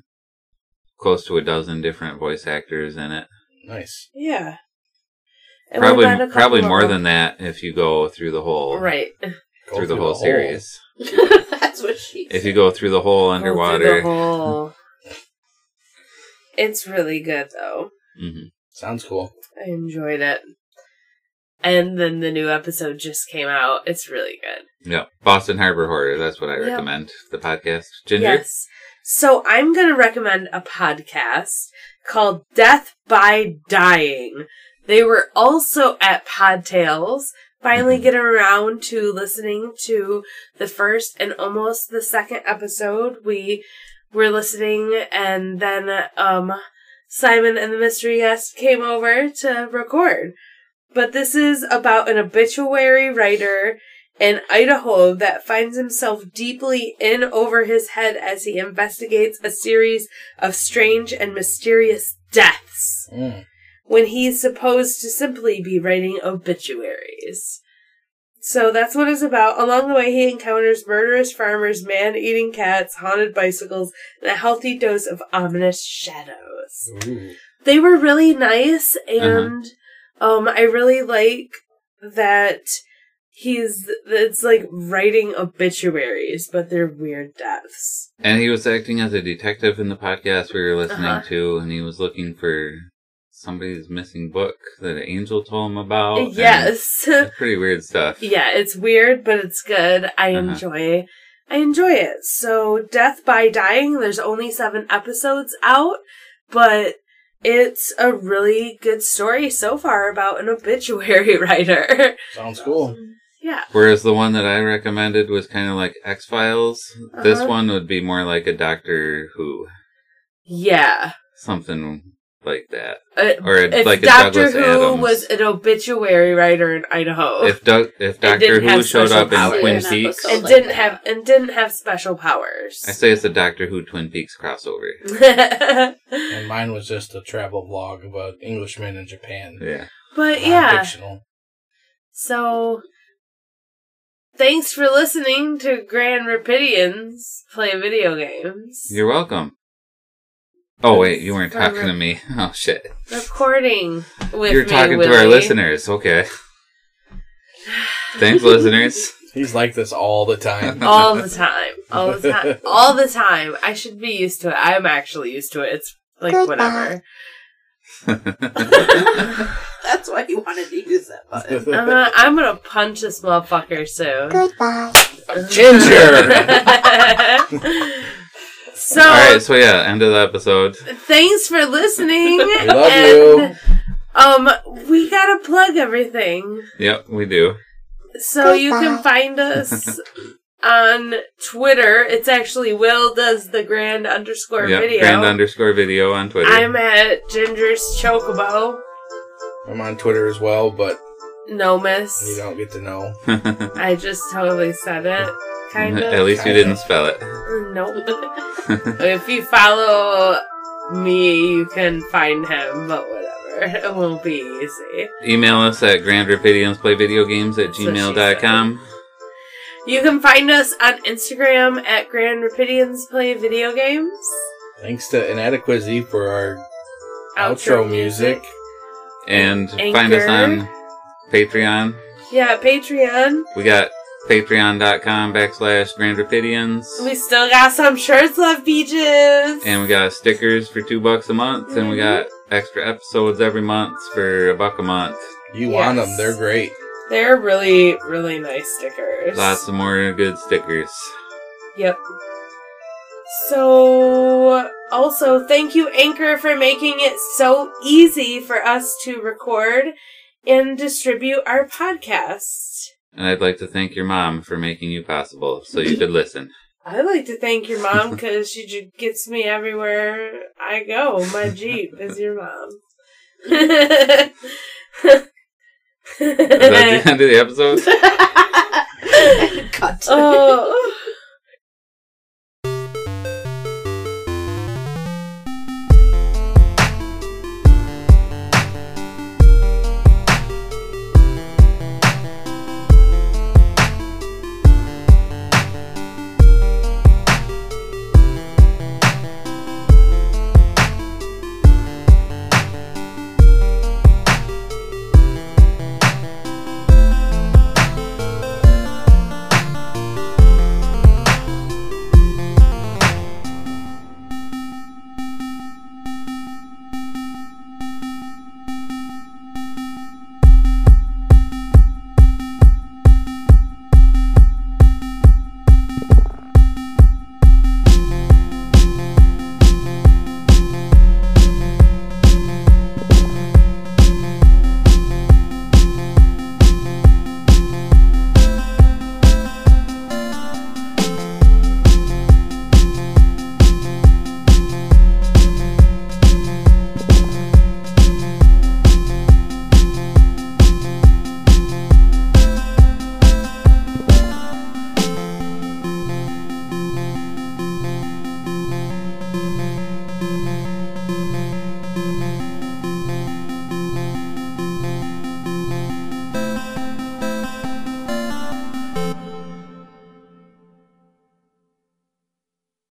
Speaker 2: close to a dozen different voice actors in it.
Speaker 3: Nice.
Speaker 1: Yeah. And we met a
Speaker 2: probably
Speaker 1: couple
Speaker 2: probably
Speaker 1: of
Speaker 2: more
Speaker 1: them.
Speaker 2: than that if you go through the whole
Speaker 1: Right.
Speaker 3: Go
Speaker 2: through the whole series.
Speaker 4: That's what she
Speaker 2: If you go through the whole
Speaker 1: Go through
Speaker 2: underwater,
Speaker 1: the whole- It's really good though.
Speaker 2: Mhm.
Speaker 3: Oh, Sounds cool.
Speaker 1: I enjoyed it. And then the new episode just came out. It's really good.
Speaker 2: yeah, Boston Harbor Horror. That's what I
Speaker 1: Yep.
Speaker 2: recommend. The podcast, Ginger.
Speaker 1: Yes. So I'm going to recommend a podcast called Death by Dying. They were also at Podtails. Finally
Speaker 2: Mhm.
Speaker 1: get around to listening to the first and almost the second episode. We were listening and then um Simon and the mystery guest came over to record. But this is about an obituary writer in Idaho that finds himself deeply in over his head as he investigates a series of strange and mysterious deaths
Speaker 3: Mm.
Speaker 1: when he's supposed to simply be writing obituaries. So that's what it's about. Along the way, he encounters murderous farmers, man eating cats, haunted bicycles, and a healthy dose of ominous shadows
Speaker 3: Ooh.
Speaker 1: they were really nice
Speaker 2: Uh-huh.
Speaker 1: and um i really like that he's it's like writing obituaries but they're weird deaths
Speaker 2: And he was acting as a detective in the podcast we were listening
Speaker 1: Uh-huh.
Speaker 2: to, and he was looking for somebody's missing book that an angel told him about. Oh, and
Speaker 1: yes
Speaker 2: it's pretty weird stuff.
Speaker 1: yeah it's weird but it's good i
Speaker 2: Uh-huh.
Speaker 1: enjoy i enjoy it so death by dying there's only seven episodes out but it's a really good story so far about an obituary writer
Speaker 3: Sounds cool.
Speaker 1: yeah
Speaker 2: Whereas the one that I recommended was kind of like X Files. This
Speaker 1: Uh-huh.
Speaker 2: one would be more like a Doctor Who,
Speaker 1: yeah
Speaker 2: something like that,
Speaker 1: Uh,
Speaker 2: or a,
Speaker 1: if
Speaker 2: like a
Speaker 1: Doctor
Speaker 2: Douglas
Speaker 1: Who
Speaker 2: Adams.
Speaker 1: was an obituary writer in Idaho
Speaker 2: if Doug, if Doctor
Speaker 1: didn't
Speaker 2: Who
Speaker 1: have
Speaker 2: showed
Speaker 1: special
Speaker 2: up in
Speaker 1: powers.
Speaker 2: Twin
Speaker 4: Yeah,
Speaker 2: Peaks,
Speaker 4: episode.
Speaker 1: and
Speaker 4: like
Speaker 1: didn't
Speaker 4: that.
Speaker 1: have and didn't have special powers,
Speaker 2: I say it's a Doctor Who Twin Peaks crossover.
Speaker 1: Mm.
Speaker 3: And mine was just a travel vlog about Englishmen in Japan.
Speaker 2: Yeah,
Speaker 1: but
Speaker 3: Not
Speaker 1: Uh, yeah,
Speaker 3: Fictional.
Speaker 1: so thanks for listening to Grand Rapidians play video games.
Speaker 2: you're welcome. Oh wait, you weren't
Speaker 1: For
Speaker 2: talking
Speaker 1: re-
Speaker 2: to me. Oh shit.
Speaker 1: recording with
Speaker 2: You're
Speaker 1: me,
Speaker 2: talking to our
Speaker 1: Willie.
Speaker 2: listeners. Okay. Thanks, listeners.
Speaker 3: He's like this all the time.
Speaker 1: all the time, all the time, all the time. I should be used to it. I'm actually used to it. It's like whatever.
Speaker 4: That's why he wanted to use that button.
Speaker 1: I'm gonna, I'm gonna punch this motherfucker soon.
Speaker 8: Goodbye.
Speaker 3: Ginger.
Speaker 1: so,
Speaker 2: All right, so yeah, end of the episode.
Speaker 1: thanks for listening.
Speaker 3: We love you.
Speaker 1: Um, we gotta plug everything.
Speaker 2: Yep, we do.
Speaker 1: So you can find us on Twitter. It's actually Will does the grand underscore
Speaker 2: Yep,
Speaker 1: video.
Speaker 2: grand underscore video on Twitter.
Speaker 1: I'm at Ginger's Chocobo.
Speaker 3: I'm on Twitter as well, but
Speaker 1: No
Speaker 3: you
Speaker 1: miss.
Speaker 3: don't get to know.
Speaker 1: I just totally said it. Kind
Speaker 2: At
Speaker 1: of.
Speaker 2: least you didn't spell it.
Speaker 1: Nope. if you follow me, you can find him, but whatever. It won't be easy.
Speaker 2: Email us at grandrapidiansplayvideogames at gmail.com.
Speaker 1: You can find us on Instagram at Grand Rapidians Play Video Games.
Speaker 3: Thanks to Inadequacy for our outro music.
Speaker 2: And find us on
Speaker 1: Anchor.
Speaker 2: Patreon.
Speaker 1: Yeah, Patreon.
Speaker 2: We got patreon.com backslash grandrapidians.
Speaker 1: We still got some shirts left, beaches.
Speaker 2: And we got stickers for two bucks a month. And we got extra episodes every month for a buck a month.
Speaker 3: You want
Speaker 1: Yes.
Speaker 3: them? They're great.
Speaker 1: They're really, really nice stickers.
Speaker 2: Lots of more good stickers.
Speaker 1: Yep. So, also, thank you, Anchor, for making it so easy for us to record and distribute our podcast.
Speaker 2: And I'd like to thank your mom for making you possible so you could listen.
Speaker 1: I like to thank your mom because she ju- gets me everywhere I go. My Jeep is your mom.
Speaker 2: Is that the end of the episode?
Speaker 4: Cut.
Speaker 1: oh.